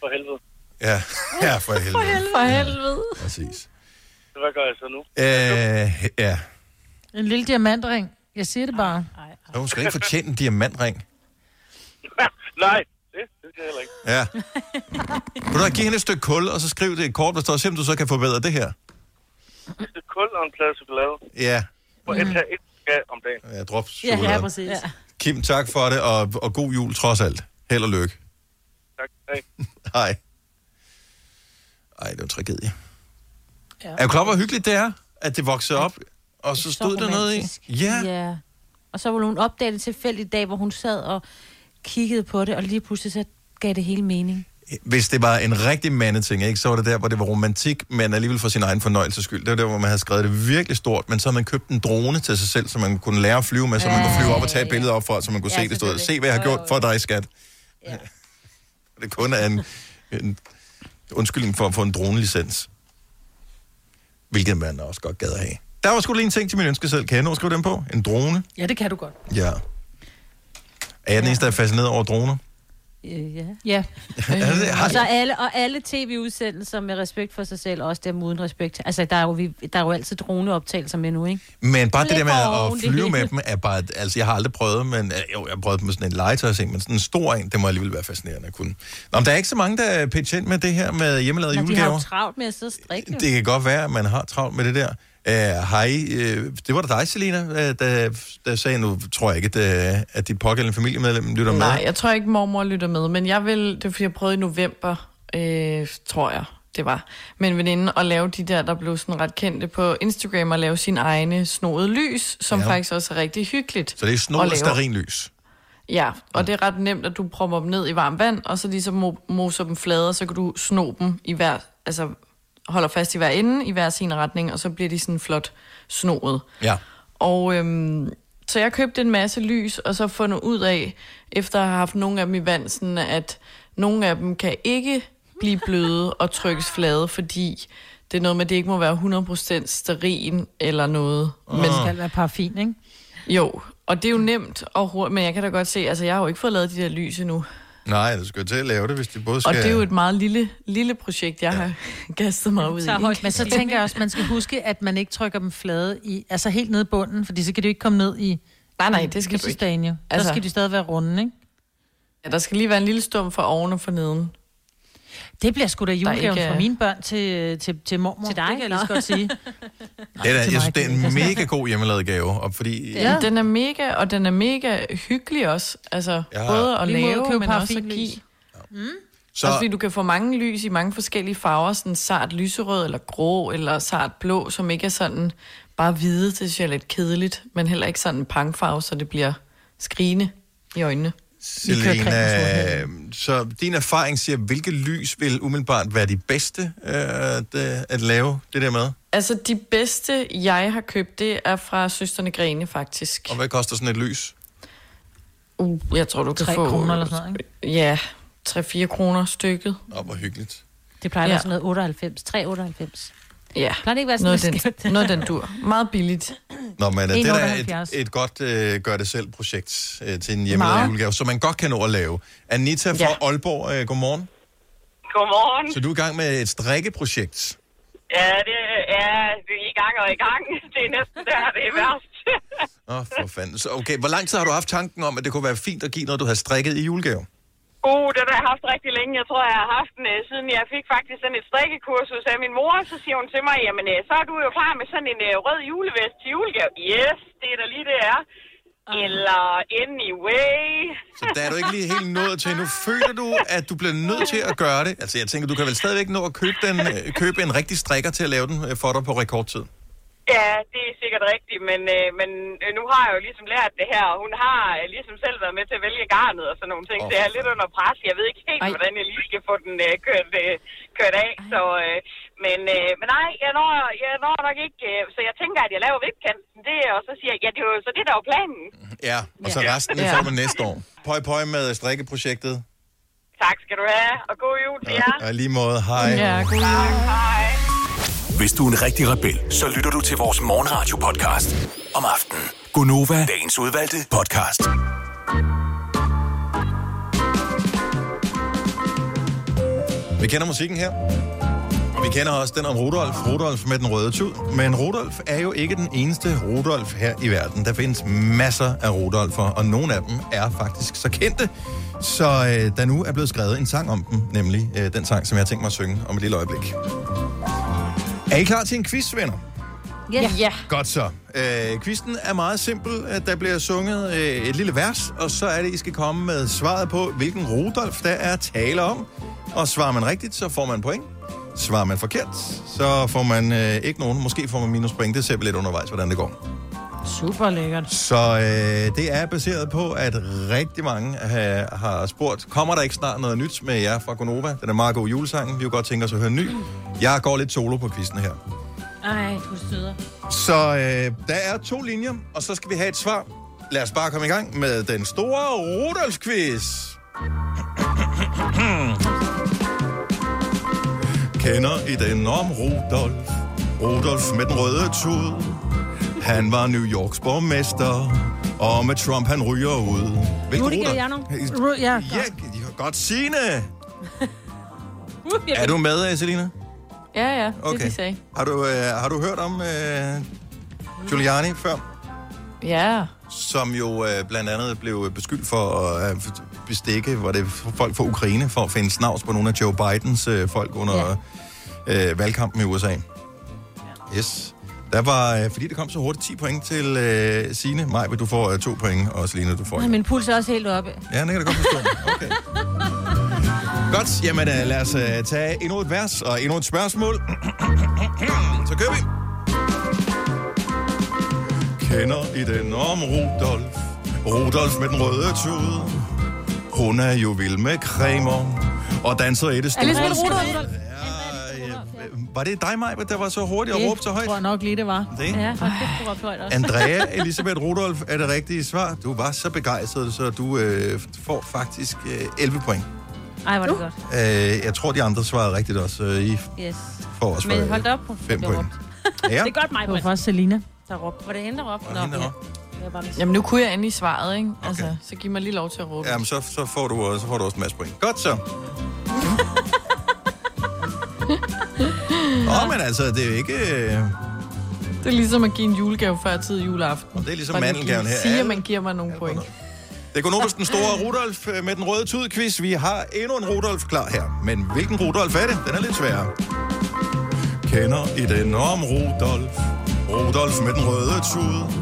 Speaker 8: For helvede.
Speaker 1: Ja, ja for helvede.
Speaker 4: For helvede.
Speaker 1: Præcis.
Speaker 8: Så hvad gør jeg så nu?
Speaker 1: Øh, ja.
Speaker 2: En lille diamantring. Jeg siger det bare.
Speaker 1: Og Hun skal ikke fortjene en diamantring.
Speaker 8: Nej, det, det skal jeg heller ikke.
Speaker 1: Ja. Vil du ikke give hende et stykke kul, og så skriv det i et kort, hvor der står, se om du så kan forbedre det her.
Speaker 8: Et stykke kul og en plade chokolade.
Speaker 1: Ja,
Speaker 8: Og et her et skal om dagen.
Speaker 1: Mm. ja drop chokolade.
Speaker 2: præcis. Ja.
Speaker 1: Kim, tak for det, og, og god jul trods alt. Held og lykke.
Speaker 8: Tak. Hej.
Speaker 1: Hej. Ej, det er en tragedie. Ja. Er du klar, over, hvor hyggeligt det er, at det vokser op, og så stod der noget i? Ja. ja.
Speaker 3: ja. Og så ville hun opdage det tilfældigt dag, hvor hun sad og kiggede på det, og lige pludselig så gav det hele mening.
Speaker 1: Hvis det var en rigtig mandeting, ikke, så var det der, hvor det var romantik, men alligevel for sin egen fornøjelses skyld. Det var der, hvor man havde skrevet det virkelig stort, men så havde man købt en drone til sig selv, så man kunne lære at flyve med, så man kunne flyve op og tage et billede op fra, så man kunne
Speaker 5: Ja,
Speaker 1: se det stod. Se,
Speaker 5: selvfølgelig.
Speaker 1: hvad jeg har
Speaker 5: Jo,
Speaker 1: gjort for dig, skat. Ja. [laughs] Det kun er en, en undskyldning for at få en dronelicens. Hvilket man også godt gad at have. Der var sgu lige en ting til min ønskeseddel. Kan jeg nå at skrive den på? En drone?
Speaker 2: Ja, det kan du godt.
Speaker 1: Ja. Er jeg den eneste, der er fascineret over droner?
Speaker 3: Øh, ja.
Speaker 2: ja.
Speaker 1: Er det det? Har-
Speaker 3: Og, så alle, og alle tv-udsendelser med respekt for sig selv, og også dem uden respekt. Altså, der er jo, vi, der er jo altid droneoptagelser med nu, ikke?
Speaker 1: Men bare det der med
Speaker 3: Flipper oven
Speaker 1: at
Speaker 3: det
Speaker 1: flyve
Speaker 3: hele.
Speaker 1: med dem, er bare, altså jeg har aldrig prøvet, men øh, jo, jeg har prøvet dem med sådan en legetøjsing, men sådan en stor en, det må alligevel være fascinerende at kunne. Nå, men der er ikke så mange, der pitcher ind med det her med hjemmelavede
Speaker 3: Men de har jo
Speaker 1: julegaver.
Speaker 3: travlt med at sidde og strikke. jo.
Speaker 1: Det kan godt være, at man har travlt med det der. Øh, Hej, øh, det var da dig, Selina, øh, der, der sagde, nu tror jeg ikke, at, øh, at dit pågældende familiemedlem lytter med.
Speaker 4: Nej, jeg tror ikke, mormor lytter med, men jeg vil, det er fordi, jeg prøvede i november, øh, tror jeg, det var, med en veninde at lave de der, der blev sådan ret kendte på Instagram, og lave sin egne snoede lys, som
Speaker 1: Ja.
Speaker 4: ja. faktisk også er rigtig hyggeligt.
Speaker 1: Så det er
Speaker 4: at
Speaker 1: snor og
Speaker 4: lave.
Speaker 1: starinlys.
Speaker 4: Ja, og det er ret nemt, at du propper dem ned i varmt vand, og så ligesom mo- moser dem flade, og så kan du sno dem i hver, altså holder fast i hver ende, i hver sin retning, og så bliver de sådan flot snoet.
Speaker 1: Ja.
Speaker 4: Og øhm, så jeg købte en masse lys, og så fundet ud af, efter at have haft nogle af dem i vand, sådan at nogle af dem kan ikke blive bløde og trykkes flade, fordi det er noget med, at det ikke må være 100% sterin eller noget.
Speaker 2: Men det skal være paraffin, ikke?
Speaker 4: Jo, og det er jo nemt og hurtigt, men jeg kan da godt se, altså jeg har jo ikke fået lavet de der lys endnu.
Speaker 1: Nej, du skal jo til at lave det, hvis de både skal...
Speaker 4: Og det er jo et meget lille, lille projekt, jeg ja. har [laughs] kastet mig ud i. ikke?
Speaker 2: Men så tænker jeg også, at man skal huske, at man ikke trykker dem flade i, altså helt ned i bunden, fordi så kan de jo ikke komme ned i
Speaker 4: Nej, nej, det skal du ikke.
Speaker 2: lysestagen jo. Så
Speaker 4: Altså-
Speaker 2: skal de stadig være runde, ikke?
Speaker 4: Ja, der skal lige være en lille stum for oven og for neden.
Speaker 2: Det bliver sgu da julegaven
Speaker 4: ikke er-
Speaker 2: fra mine børn til, til, til mormor. Til dig, det kan jeg lige så godt [laughs] sige.
Speaker 1: Det er, da-
Speaker 4: til
Speaker 1: jeg
Speaker 4: mig,
Speaker 1: synes, det er en mega god hjemmelavet gave, og fordi...
Speaker 4: Ja. Den er mega, og den er mega hyggelig også. Altså,
Speaker 1: Ja.
Speaker 4: ja. både at
Speaker 2: Lige måde at
Speaker 4: lave,
Speaker 2: købe
Speaker 4: men
Speaker 2: Mm?
Speaker 4: også at
Speaker 2: parafinlys.
Speaker 4: give.
Speaker 1: Så-
Speaker 4: Så... Også fordi du kan få mange lys i mange forskellige farver, sådan sart lyserød, eller grå, eller sart blå, som ikke er sådan bare hvide, det synes jeg er lidt kedeligt, men heller ikke sådan en pangfarve, så det bliver skrigende i øjnene.
Speaker 1: Selina, øh, så din erfaring siger, hvilke lys vil umiddelbart være de bedste øh, at, øh, at lave det der med?
Speaker 4: Altså, de bedste, jeg har købt, det er fra Søsterne Grene, faktisk.
Speaker 1: Og hvad koster sådan et lys?
Speaker 4: Uh, jeg tror, du kan
Speaker 1: Tre
Speaker 4: få...
Speaker 1: kroner
Speaker 2: eller sådan noget,
Speaker 4: Ja, 3-4 kroner stykket.
Speaker 1: Åh, hvor hyggeligt.
Speaker 3: Det plejer at
Speaker 4: Ja.
Speaker 3: være sådan noget 98, 398.
Speaker 4: Ja.
Speaker 3: Plejer det ikke at være sådan
Speaker 4: noget,
Speaker 3: lidt skævt?
Speaker 4: den, noget den dur. Meget billigt.
Speaker 1: Nå, men øh, det er da et,
Speaker 4: 1,78.
Speaker 1: et godt øh, gør-det-selv-projekt øh, til en hjemmelavet
Speaker 4: Meget.
Speaker 1: julegave, som man godt kan nå at lave. Anita fra ja. Aalborg, øh, godmorgen.
Speaker 9: Godmorgen.
Speaker 1: Så du er i gang med et strikkeprojekt.
Speaker 9: Ja, det er vi er i gang og i gang. [laughs] Det er næsten der, det er værst.
Speaker 1: Åh, oh, for fanden. Så, okay, hvor lang tid har du haft tanken om, at det kunne være fint at give noget, du havde strikket i julegave?
Speaker 9: Uh, den har jeg haft rigtig længe. Jeg tror, jeg har haft den, øh, siden jeg fik faktisk sådan et strikkekursus af min mor. Så siger hun til mig, jamen øh, så er du jo klar med sådan en øh, rød julevest til julegave. Yes, det er da lige det er. Eller anyway.
Speaker 1: Så der er du ikke lige helt nået til. Nu føler du, at du bliver nødt til at gøre det. Altså, jeg tænker, du kan vel stadigvæk nå at købe, den, øh, købe en rigtig strikker til at lave den øh, for dig på rekordtid.
Speaker 9: Ja, det er sikkert rigtigt, men, øh, men øh, nu har jeg jo ligesom lært det her, og hun har øh, ligesom selv været med til at vælge garnet og sådan nogle ting, oh, så jeg er lidt under pres. Jeg ved ikke helt, Ej. hvordan jeg lige skal få den øh, kørt, øh, kørt af, så, øh, men, øh, men nej, jeg når, jeg når nok ikke, øh, så jeg tænker, at jeg laver vipkanten det, og så siger jeg, ja, det er jo så det, der er jo planen.
Speaker 1: Ja, og så
Speaker 9: Ja.
Speaker 1: resten det
Speaker 9: Ja.
Speaker 1: får man næste år. Pøj, pøj med strikkeprojektet.
Speaker 9: Tak skal du have, og god jul til jer.
Speaker 1: Og i lige måde, hej.
Speaker 9: god jul. Hej.
Speaker 5: Hvis du er en rigtig rebel, så lytter du til vores morgenradio-podcast om aftenen. Gunova, dagens udvalgte podcast.
Speaker 1: Vi kender musikken her. Vi kender også den om Rudolf. Rudolf med den røde tud. Men Rudolf er jo ikke den eneste Rudolf her i verden. Der findes masser af Rudolfer, og nogle af dem er faktisk så kendte. Så øh, der nu er blevet skrevet en sang om dem, nemlig øh, den sang, som jeg har tænkt mig at synge om et lille øjeblik. Er I klar til en quiz, venner?
Speaker 3: Ja. ja.
Speaker 1: Godt så. Øh, quizten er meget simpel. Øh, Der bliver sunget øh, et lille vers, og så er det, I skal komme med svaret på, hvilken Rudolf der er tale om. Og svarer man rigtigt, så får man point. Svarer man forkert, så får man øh, ikke nogen. Måske får man minuspoint. Det ser vi lidt undervejs, hvordan det går.
Speaker 2: Super lækkert.
Speaker 1: Så øh, det er baseret på, at rigtig mange ha- har spurgt, kommer der ikke snart noget nyt med jer fra Gonova? Den er meget god julesang. Vi kunne godt tænke os at høre en ny. Jeg går lidt solo på quizzen her.
Speaker 3: Ej, du er søder.
Speaker 1: Så øh, der er to linjer, og så skal vi have et svar. Lad os bare komme i gang med den store Rudolf-quiz. [clears throat] Kender I den om Rudolf? Rudolf med den røde tud. Han var New Yorks borgmester, og med Trump han ryger ud.
Speaker 2: Ru- ja,
Speaker 1: Ja, godt Signe.
Speaker 4: Uh,
Speaker 1: Er du med, Selina?
Speaker 4: Ja, ja, det okay. de sagde.
Speaker 1: Har du, øh, har du hørt om øh, Giuliani før?
Speaker 4: Ja.
Speaker 1: som jo øh, blandt andet blev beskyldt for at øh, bestikke, hvor det er folk fra Ukraine, for at finde snavs på nogle af Joe Bidens øh, folk under ja. øh, valgkampen i USA. Yes. Der var, øh, fordi det kom så hurtigt, 10 point til øh, Signe. Maj, du får øh, 2 point, og Selina, du får
Speaker 3: Nej, min puls er også helt oppe.
Speaker 1: Ja, det kan jeg godt forstå. Okay. Godt, jamen øh, lad os øh, tage endnu et vers og endnu et spørgsmål. Så kører vi. Kender I den om Rudolf? Rudolf med den røde tude. Hun er jo vild med cremer og danser i det
Speaker 2: Er
Speaker 1: store.
Speaker 2: det sådan en
Speaker 1: skær.
Speaker 2: Rudolf?
Speaker 1: Var det dig, Maj, der var så hurtig og råbte så højt?
Speaker 2: tror jeg nok lige, det var.
Speaker 1: Det.
Speaker 2: Ja,
Speaker 1: Andrea Elisabeth Rudolf er det rigtige svar. Du var så begejstret, så du øh, får faktisk øh, 11 point.
Speaker 3: Ej, var det godt.
Speaker 1: Øh, jeg tror, de andre svarede rigtigt også. Øh, I
Speaker 3: Yes.
Speaker 1: får også
Speaker 3: Men
Speaker 1: øh,
Speaker 3: hold da op, hun
Speaker 1: fem
Speaker 3: blev
Speaker 1: point.
Speaker 3: råbt.
Speaker 1: Ja.
Speaker 3: Det er godt mig,
Speaker 2: Det var
Speaker 3: Britt.
Speaker 2: faktisk Selina.
Speaker 3: Der råbte. Var det hende, der råbte? Nå,
Speaker 1: hende, der
Speaker 3: ja. Jeg var lidt-
Speaker 4: Jamen, nu kunne jeg endelig svaret, ikke? Altså, okay. så giv mig lige lov til at råbe.
Speaker 1: Jamen, så, så, får du, øh, så får du også en masse point. Godt så. Åh, men altså, det er jo ikke... Øh,
Speaker 4: Det er ligesom at give en julegave før tid juleaften.
Speaker 1: Og det er ligesom
Speaker 4: Bare lige
Speaker 1: mandelgaven
Speaker 4: give-
Speaker 1: her.
Speaker 4: Sige, at
Speaker 1: Alle-
Speaker 4: man giver mig nogle point.
Speaker 1: det er Gonobus, den
Speaker 4: [laughs]
Speaker 1: store Rudolf øh, med den røde tudquiz. Vi har endnu en Rudolf klar her. Men hvilken Rudolf er det? Den er lidt sværere. Kender I den om Rudolf? Rudolf med den røde tud.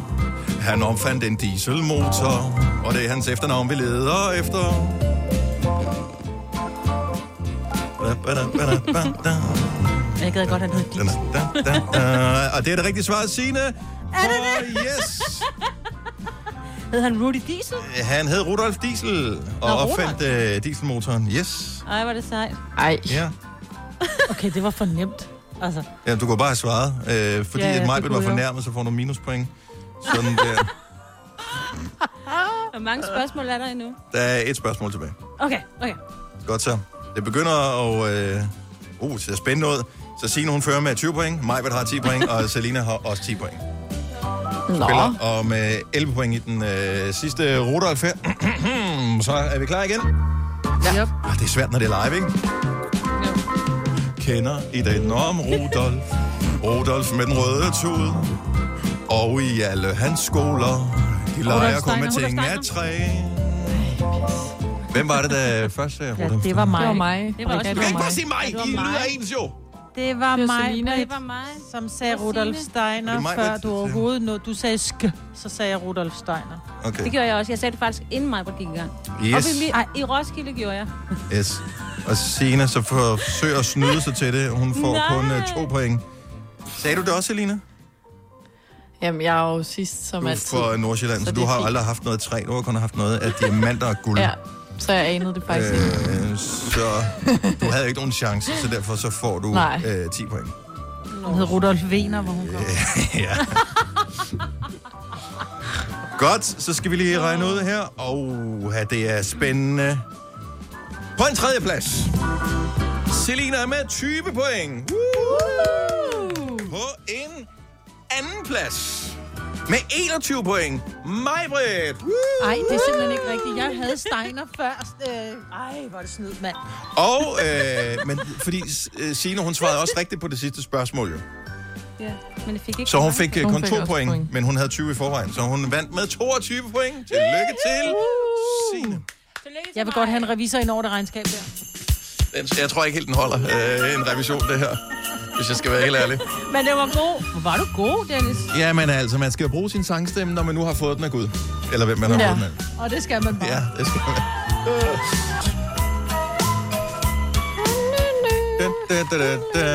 Speaker 1: Han omfandt en dieselmotor, og det er hans efternavn, vi leder efter. Ba, ba, da, ba, da, ba, da.
Speaker 3: Jeg gad godt, at han hed
Speaker 1: Den er- da, da, da. Øh, Og det er det rigtige svar, Signe. Er det det?
Speaker 3: [laughs]
Speaker 1: yes.
Speaker 3: Hed han Rudy Diesel?
Speaker 1: Han hed Rudolf Diesel og
Speaker 3: Nå,
Speaker 1: opfandt øh, dieselmotoren. Yes.
Speaker 3: Ej, var det sejt.
Speaker 4: Ej.
Speaker 1: Ja.
Speaker 3: [laughs] Okay, det var for nemt. Altså.
Speaker 1: ja, du kunne bare have svaret. Øh, fordi
Speaker 3: Ja,
Speaker 1: ja,
Speaker 3: ja,
Speaker 1: ja, at
Speaker 3: det
Speaker 1: Majbet
Speaker 3: kunne
Speaker 1: var
Speaker 3: jeg.
Speaker 1: fornærmet, så får du minuspoint. Sådan
Speaker 3: [laughs]
Speaker 1: der.
Speaker 3: Hvor mange spørgsmål er der endnu?
Speaker 1: Der er et spørgsmål tilbage.
Speaker 3: Okay, okay.
Speaker 1: Godt så. Det begynder at... Øh, uh, se spændende ud. Så Signe, hun fører med 20 point. Majbet har 10 point, og Selina har også 10 point. Spiller, og med 11 point i den øh, sidste Rudolf her. [clears throat] så er vi klar igen.
Speaker 2: Ja.
Speaker 1: Ah, det er svært, når det er live, ikke? kender i den om Rudolf. Rudolf med den røde tud, og i alle hans skoler, de leger kun med ting af træ. Hvem var det, der først sagde Rudolf?
Speaker 2: det var mig.
Speaker 4: Det var mig.
Speaker 2: Det var også
Speaker 1: Du kan
Speaker 2: mig.
Speaker 1: ikke bare sige mig,
Speaker 2: Ja, det var
Speaker 1: I lyder
Speaker 2: mig.
Speaker 1: ens jo.
Speaker 2: Det var
Speaker 4: Det var
Speaker 2: mig,
Speaker 4: Selina.
Speaker 2: Britt, det var mig, som sagde Rudolf
Speaker 1: Det er
Speaker 2: Steiner,
Speaker 1: mig,
Speaker 2: før
Speaker 1: Britt,
Speaker 2: du
Speaker 1: der sagde.
Speaker 2: overhovedet nåede. Du sagde sk, så sagde jeg Rudolf Steiner.
Speaker 1: Okay.
Speaker 3: Det gjorde jeg også. Jeg sagde det faktisk inden mig, gik i gang.
Speaker 1: Yes.
Speaker 3: Og vi, ej, i Roskilde gjorde jeg.
Speaker 1: Yes. Og Sina så forsøger at snyde sig til det. Hun får
Speaker 3: Nej.
Speaker 1: kun uh, to point. Sagde du det også, Selina?
Speaker 4: Jamen, jeg er jo sidst som
Speaker 1: Du er
Speaker 4: altid.
Speaker 1: fra Nordsjælland,
Speaker 4: Så
Speaker 1: så, så
Speaker 4: det
Speaker 1: du
Speaker 4: er
Speaker 1: har
Speaker 4: fint.
Speaker 1: aldrig haft noget træ. Du har kun haft noget af diamanter og guld.
Speaker 4: Ja, så jeg anede det faktisk øh. ikke.
Speaker 1: Øh, så du havde ikke nogen chance, så derfor så får du
Speaker 2: Nej.
Speaker 1: øh, 10 point. [laughs]
Speaker 2: Hun hed Rudolf Wiener, hvor hun kom. [laughs]
Speaker 1: ja. Godt, så skal vi lige regne ud her. Og det er spændende. På en tredje plads. Selina er med 20 point. Woo! På en anden plads. Med 21 point. Majbrit. Woo!
Speaker 2: Nej, det er simpelthen ikke rigtigt. Jeg havde Steiner først. Øh, Ej, hvor er det snydt, mand.
Speaker 1: Og, øh, men fordi øh, Signe, hun svarede også rigtigt på det sidste spørgsmål, jo.
Speaker 3: Ja. Men det fik ikke
Speaker 1: Så hun
Speaker 3: mange.
Speaker 1: fik øh, kun to point, point, men hun havde 20 i forvejen. Så hun vandt med 22 point. Tillykke til Signe.
Speaker 2: Jeg vil godt have en revisor ind over det regnskab der.
Speaker 1: Den- Jeg tror ikke helt, den holder øh, en revision, det her. Hvis jeg skal være helt ærlig.
Speaker 2: Men det var god. Hvor var du god, Dennis?
Speaker 1: Ja, men altså, man skal jo bruge sin sangstemme, når man nu har fået den af Gud. Eller hvem man har fået den af.
Speaker 2: Og det skal man bare.
Speaker 1: Ja, det skal man. Da, da, da, da, da.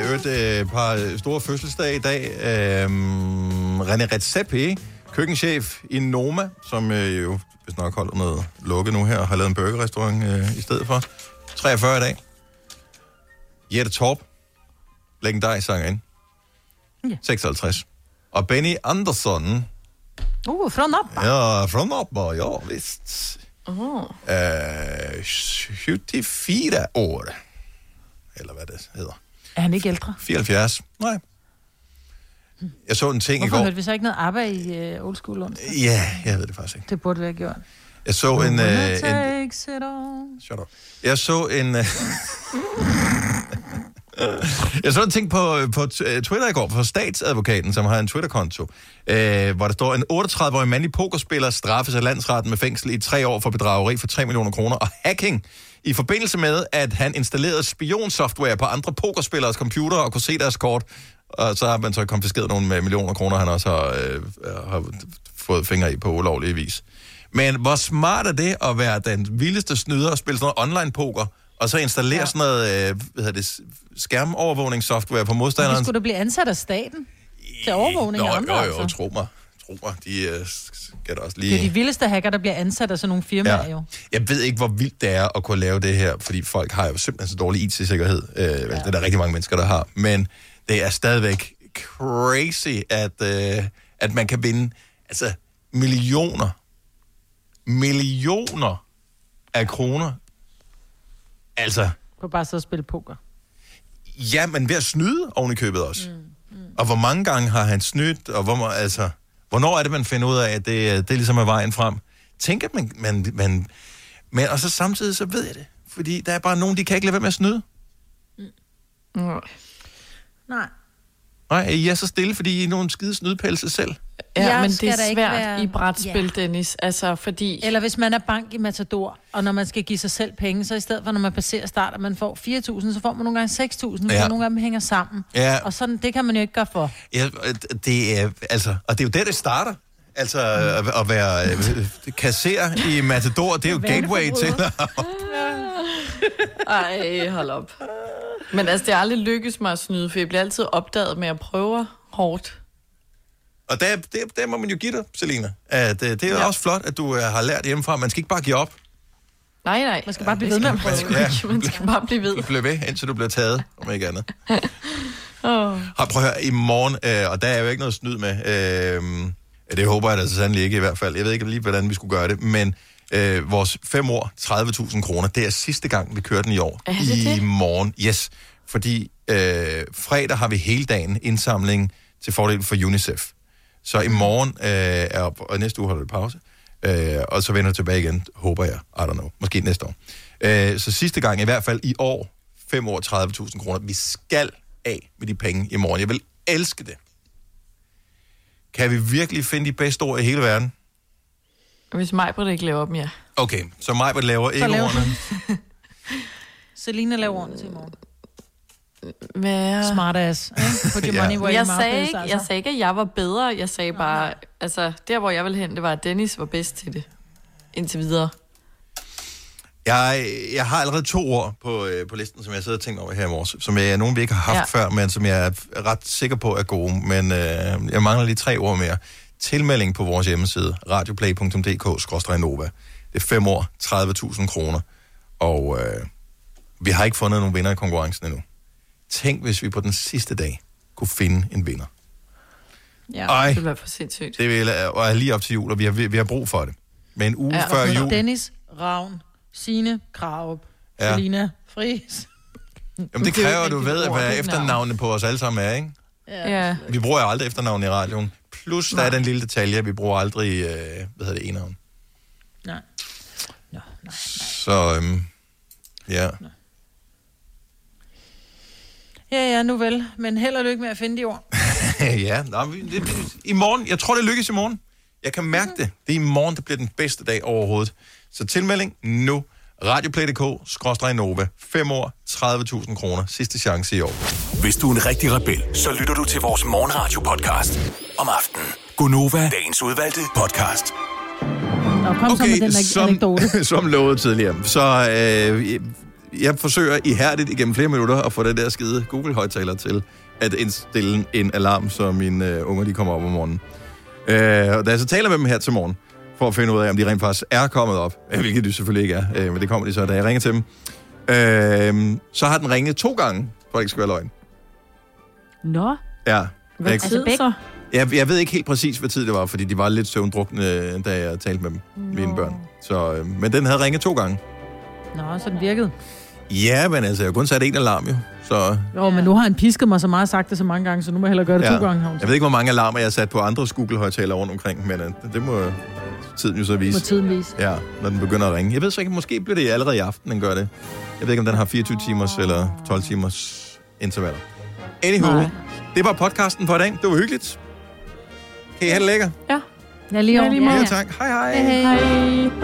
Speaker 1: Øh, øvrigt, øh, et par øh, store fødselsdage i dag. Øhm, René Redzepi, køkkenchef i Noma, som øh, jo hvis nok holder noget lukket nu her, og har lavet en burgerrestaurant øh, i stedet for. 43 i dag. Jette Torp, legendarisk sangerinde.
Speaker 2: Ja.
Speaker 1: 56. Og Benny Andersson,
Speaker 2: Uh, fra Noppa.
Speaker 1: ja, fra Noppa, ja, vist.
Speaker 2: Uh.
Speaker 1: Øh, 74 år. Eller hvad det hedder.
Speaker 2: Er han ikke ældre?
Speaker 1: 74. Nej. Jeg så en ting
Speaker 2: Hvorfor
Speaker 1: i
Speaker 2: hørte
Speaker 1: går.
Speaker 2: vi så ikke noget arbejde i uh, Old School onsdag?
Speaker 1: Ja, jeg ved det faktisk ikke.
Speaker 2: Det burde vi have gjort.
Speaker 1: Jeg så en... Øh, en
Speaker 2: Takes it all.
Speaker 1: shut up. Jeg så en... Øh, [laughs] jeg så en ting på, på t- øh, Twitter i går fra statsadvokaten, som har en Twitter-konto, øh, hvor der står, en 38-årig mandlig pokerspiller straffes af landsretten med fængsel i tre år for bedrageri for 3 millioner kroner og hacking i forbindelse med, at han installerede spionsoftware på andre pokerspilleres computer og kunne se deres kort. Og så har man så konfiskeret nogle øh, millioner kroner, han også har, øh, har fået fingre i på ulovlig vis. Men hvor smart er det at være den vildeste snyder og spille sådan noget online-poker, og så installere ja. sådan noget øh, hvad hedder det, s- skærmovervågningssoftware på
Speaker 2: Vi
Speaker 1: modstanderen?
Speaker 2: skulle da blive ansat af staten til overvågning af andre,
Speaker 1: jo, jo, jo,
Speaker 2: altså.
Speaker 1: tro mig. Tro mig, de øh, skal da også
Speaker 2: Det er de
Speaker 1: lige...
Speaker 2: vildeste hacker, der bliver ansat af sådan nogle firmaer,
Speaker 1: Ja.
Speaker 2: jo.
Speaker 1: Jeg ved ikke, hvor vildt det er at kunne lave det her, fordi folk har jo simpelthen så dårlig IT-sikkerhed. Øh, ja. Det er der rigtig mange mennesker, der har. Men det er stadigvæk crazy, at, øh, at man kan vinde altså, millioner, millioner af kroner. Altså,
Speaker 2: Du kan bare sidde og spille poker.
Speaker 1: ja, men ved at snyde oven i købet også. Mm. Mm. Og hvor mange gange har han snydt, og hvor, må- altså, hvornår er det, man finder ud af, at det, øh, det ligesom er vejen frem? Tænk, at man, man, man... Men, og så samtidig, så ved jeg det. Fordi der er bare nogen, de kan ikke lade være med at snyde.
Speaker 4: Mm.
Speaker 2: Nej.
Speaker 1: Nej, I er så stille, fordi I er nogle skide snydpælse selv.
Speaker 4: Ja,
Speaker 2: Jeg
Speaker 4: jeg men
Speaker 2: skal
Speaker 4: det er
Speaker 2: da
Speaker 4: svært
Speaker 2: ikke være-
Speaker 4: i brætspil,
Speaker 2: Ja.
Speaker 4: ja. Dennis. Altså, fordi...
Speaker 2: Eller hvis man er bank i Matador, og når man skal give sig selv penge, så i stedet for, når man passerer start, og man får 4.000, så får man nogle gange 6.000, ja.
Speaker 1: Ja.
Speaker 2: og nogle af dem hænger sammen.
Speaker 1: Ja.
Speaker 2: Og sådan, det kan man jo ikke gøre for.
Speaker 1: Ja, øh, det er, altså, og det er jo der, det starter. Altså, at, at være øh, kasserer i Matador, det er jo gateway til at
Speaker 4: Ej, hold op. Men altså, det er aldrig lykkedes mig at snyde, for jeg bliver altid opdaget med at prøve hårdt.
Speaker 1: [laughs] Og der, der, der må man jo give dig, Selina. At, øh, det er ja. også flot, at du øh, har lært hjemmefra. Man skal ikke bare give op.
Speaker 4: Nej, nej. Man skal bare blive ved med at prøve.
Speaker 1: ja.
Speaker 4: Man skal bare blive ved.
Speaker 1: Du bliver ved, indtil du bliver taget, om ikke andet.
Speaker 4: Oh.
Speaker 1: Og prøv at høre, i morgen, øh, og der er jo ikke noget snyd med. Øh, det håber jeg da så sandelig ikke i hvert fald. Jeg ved ikke lige, hvordan vi skulle gøre det, men øh, vores fem år, 30.000 kroner, det er sidste gang, vi kører den i år.
Speaker 10: Er det
Speaker 1: I
Speaker 10: det?
Speaker 1: morgen, yes. Fordi øh, fredag har vi hele dagen indsamling til fordel for UNICEF. Så i morgen øh, er op, og næste uge holder vi pause. Øh, og så vender jeg tilbage igen, håber jeg. I don't know. Måske næste år. Øh, så sidste gang, i hvert fald i år, 5 år 30.000 kroner. Vi skal af med de penge i morgen. Jeg vil elske det. Kan vi virkelig finde de bedste ord i hele verden?
Speaker 4: Hvis Majbrit ikke laver dem, ja.
Speaker 1: Okay, så Majbert laver ikke
Speaker 2: laver
Speaker 1: ordene.
Speaker 2: Selina laver ordene til i morgen.
Speaker 4: Hvad?
Speaker 2: Smartass. ikke? Put your
Speaker 1: Ja.
Speaker 2: money where your
Speaker 4: Jeg
Speaker 2: mouth
Speaker 4: sagde,
Speaker 2: is,
Speaker 4: ikke,
Speaker 2: altså.
Speaker 4: jeg sagde ikke, at jeg var bedre. Jeg sagde bare, altså, der hvor jeg ville hen, det var, at Dennis var bedst til det. Indtil videre.
Speaker 1: Jeg, jeg har allerede to ord på, øh, på listen, som jeg sidder og tænker over her i morges, som jeg, nogen vi ikke har haft ja.
Speaker 4: Ja.
Speaker 1: før, men som jeg er ret sikker på er gode, men øh, jeg mangler lige tre ord mere. Tilmelding på vores hjemmeside, radioplay.dk-nova. Det er fem år, 30.000 kroner, og øh, vi har ikke fundet nogen vinder i konkurrencen endnu. Tænk, hvis vi på den sidste dag kunne finde en vinder.
Speaker 4: Ja,
Speaker 1: Ej.
Speaker 4: det var for sindssygt.
Speaker 1: Det vil, og er lige op til jul, og vi har, vi har brug for det. Men en uge ja, før
Speaker 2: og
Speaker 1: jul...
Speaker 2: Dennis, Ravn, Sine, Krarup,
Speaker 1: Ja.
Speaker 2: ja. Selina, Friis.
Speaker 1: Jamen, det
Speaker 2: Det er jo
Speaker 1: kræver, at
Speaker 2: ikke
Speaker 1: du
Speaker 2: rigtigt
Speaker 1: ved,
Speaker 2: ord, det
Speaker 1: hvad
Speaker 2: er
Speaker 1: efternavnene på os alle sammen er, ikke?
Speaker 4: Ja.
Speaker 1: Vi bruger jo aldrig efternavn i radioen. Plus, der er den lille detalje, at vi bruger aldrig, øh, hvad hedder det, enavn.
Speaker 2: Nej.
Speaker 1: Så, øhm, ja.
Speaker 2: Ja, ja, nu vel. Men held og lykke med at finde de ord.
Speaker 1: [laughs] ja, nå, vi- det, det- i morgen, jeg tror, det lykkes i morgen. Jeg kan
Speaker 2: Mhm.
Speaker 1: mærke det. Det er i morgen, der bliver den bedste dag overhovedet. Så tilmelding nu. Radioplay.dk, skråstrej Nova. 5 år, 30.000 kroner. Sidste chance i år.
Speaker 5: Hvis du er en rigtig rebel, så lytter du til vores morgenradio-podcast om aftenen. Gunova, dagens udvalgte podcast.
Speaker 2: Nå, kom okay, så med den der som... anekdote.
Speaker 1: som [laughs] lovet tidligere. Så øh, jeg, jeg forsøger ihærdigt igennem flere minutter at få den der skide Google-højtaler til at indstille en alarm, så mine øh, unger de kommer op om morgenen. Øh, og da jeg så taler med dem her til morgen, for at finde ud af, om de rent faktisk er kommet op, [laughs] øh, hvilket de selvfølgelig ikke er, øh, men det kommer de så, da jeg ringer til dem, øh, så har den ringet to gange, for at det ikke skal være løgn.
Speaker 3: Nå,
Speaker 1: Ja.
Speaker 3: hvad
Speaker 1: Jeg-
Speaker 3: tid så?
Speaker 1: jeg, jeg ved ikke helt præcis, hvad tid det var, fordi de var lidt søvndrukne, da jeg talte med dem, mine børn. Så, øh, men den havde ringet to gange.
Speaker 2: Nå, så den virkede.
Speaker 1: Ja, men altså, jeg har kun sat en alarm jo. Så,
Speaker 2: Jo, men nu har han pisket mig så meget og sagt det så mange gange, så nu må jeg hellere gøre det
Speaker 1: ja.
Speaker 2: ja. to gange. har hun
Speaker 1: Jeg ved ikke, hvor mange alarmer jeg har sat på andre Google-højtaler rundt omkring, men øh, det må øh, tiden jo så
Speaker 2: sagt.
Speaker 1: vise.
Speaker 2: Må tiden vise.
Speaker 1: Ja, når den begynder at ringe. Jeg ved så ikke, måske bliver det allerede i aften, den gør det. Jeg ved ikke, om den har 24 timers eller 12 timers intervaller. Anywho, Nej. det var podcasten for i dag. Det var hyggeligt. Kan I have det lækker?
Speaker 2: Ja, lige over.
Speaker 1: Ja, tak. Hej, hej.
Speaker 2: hej.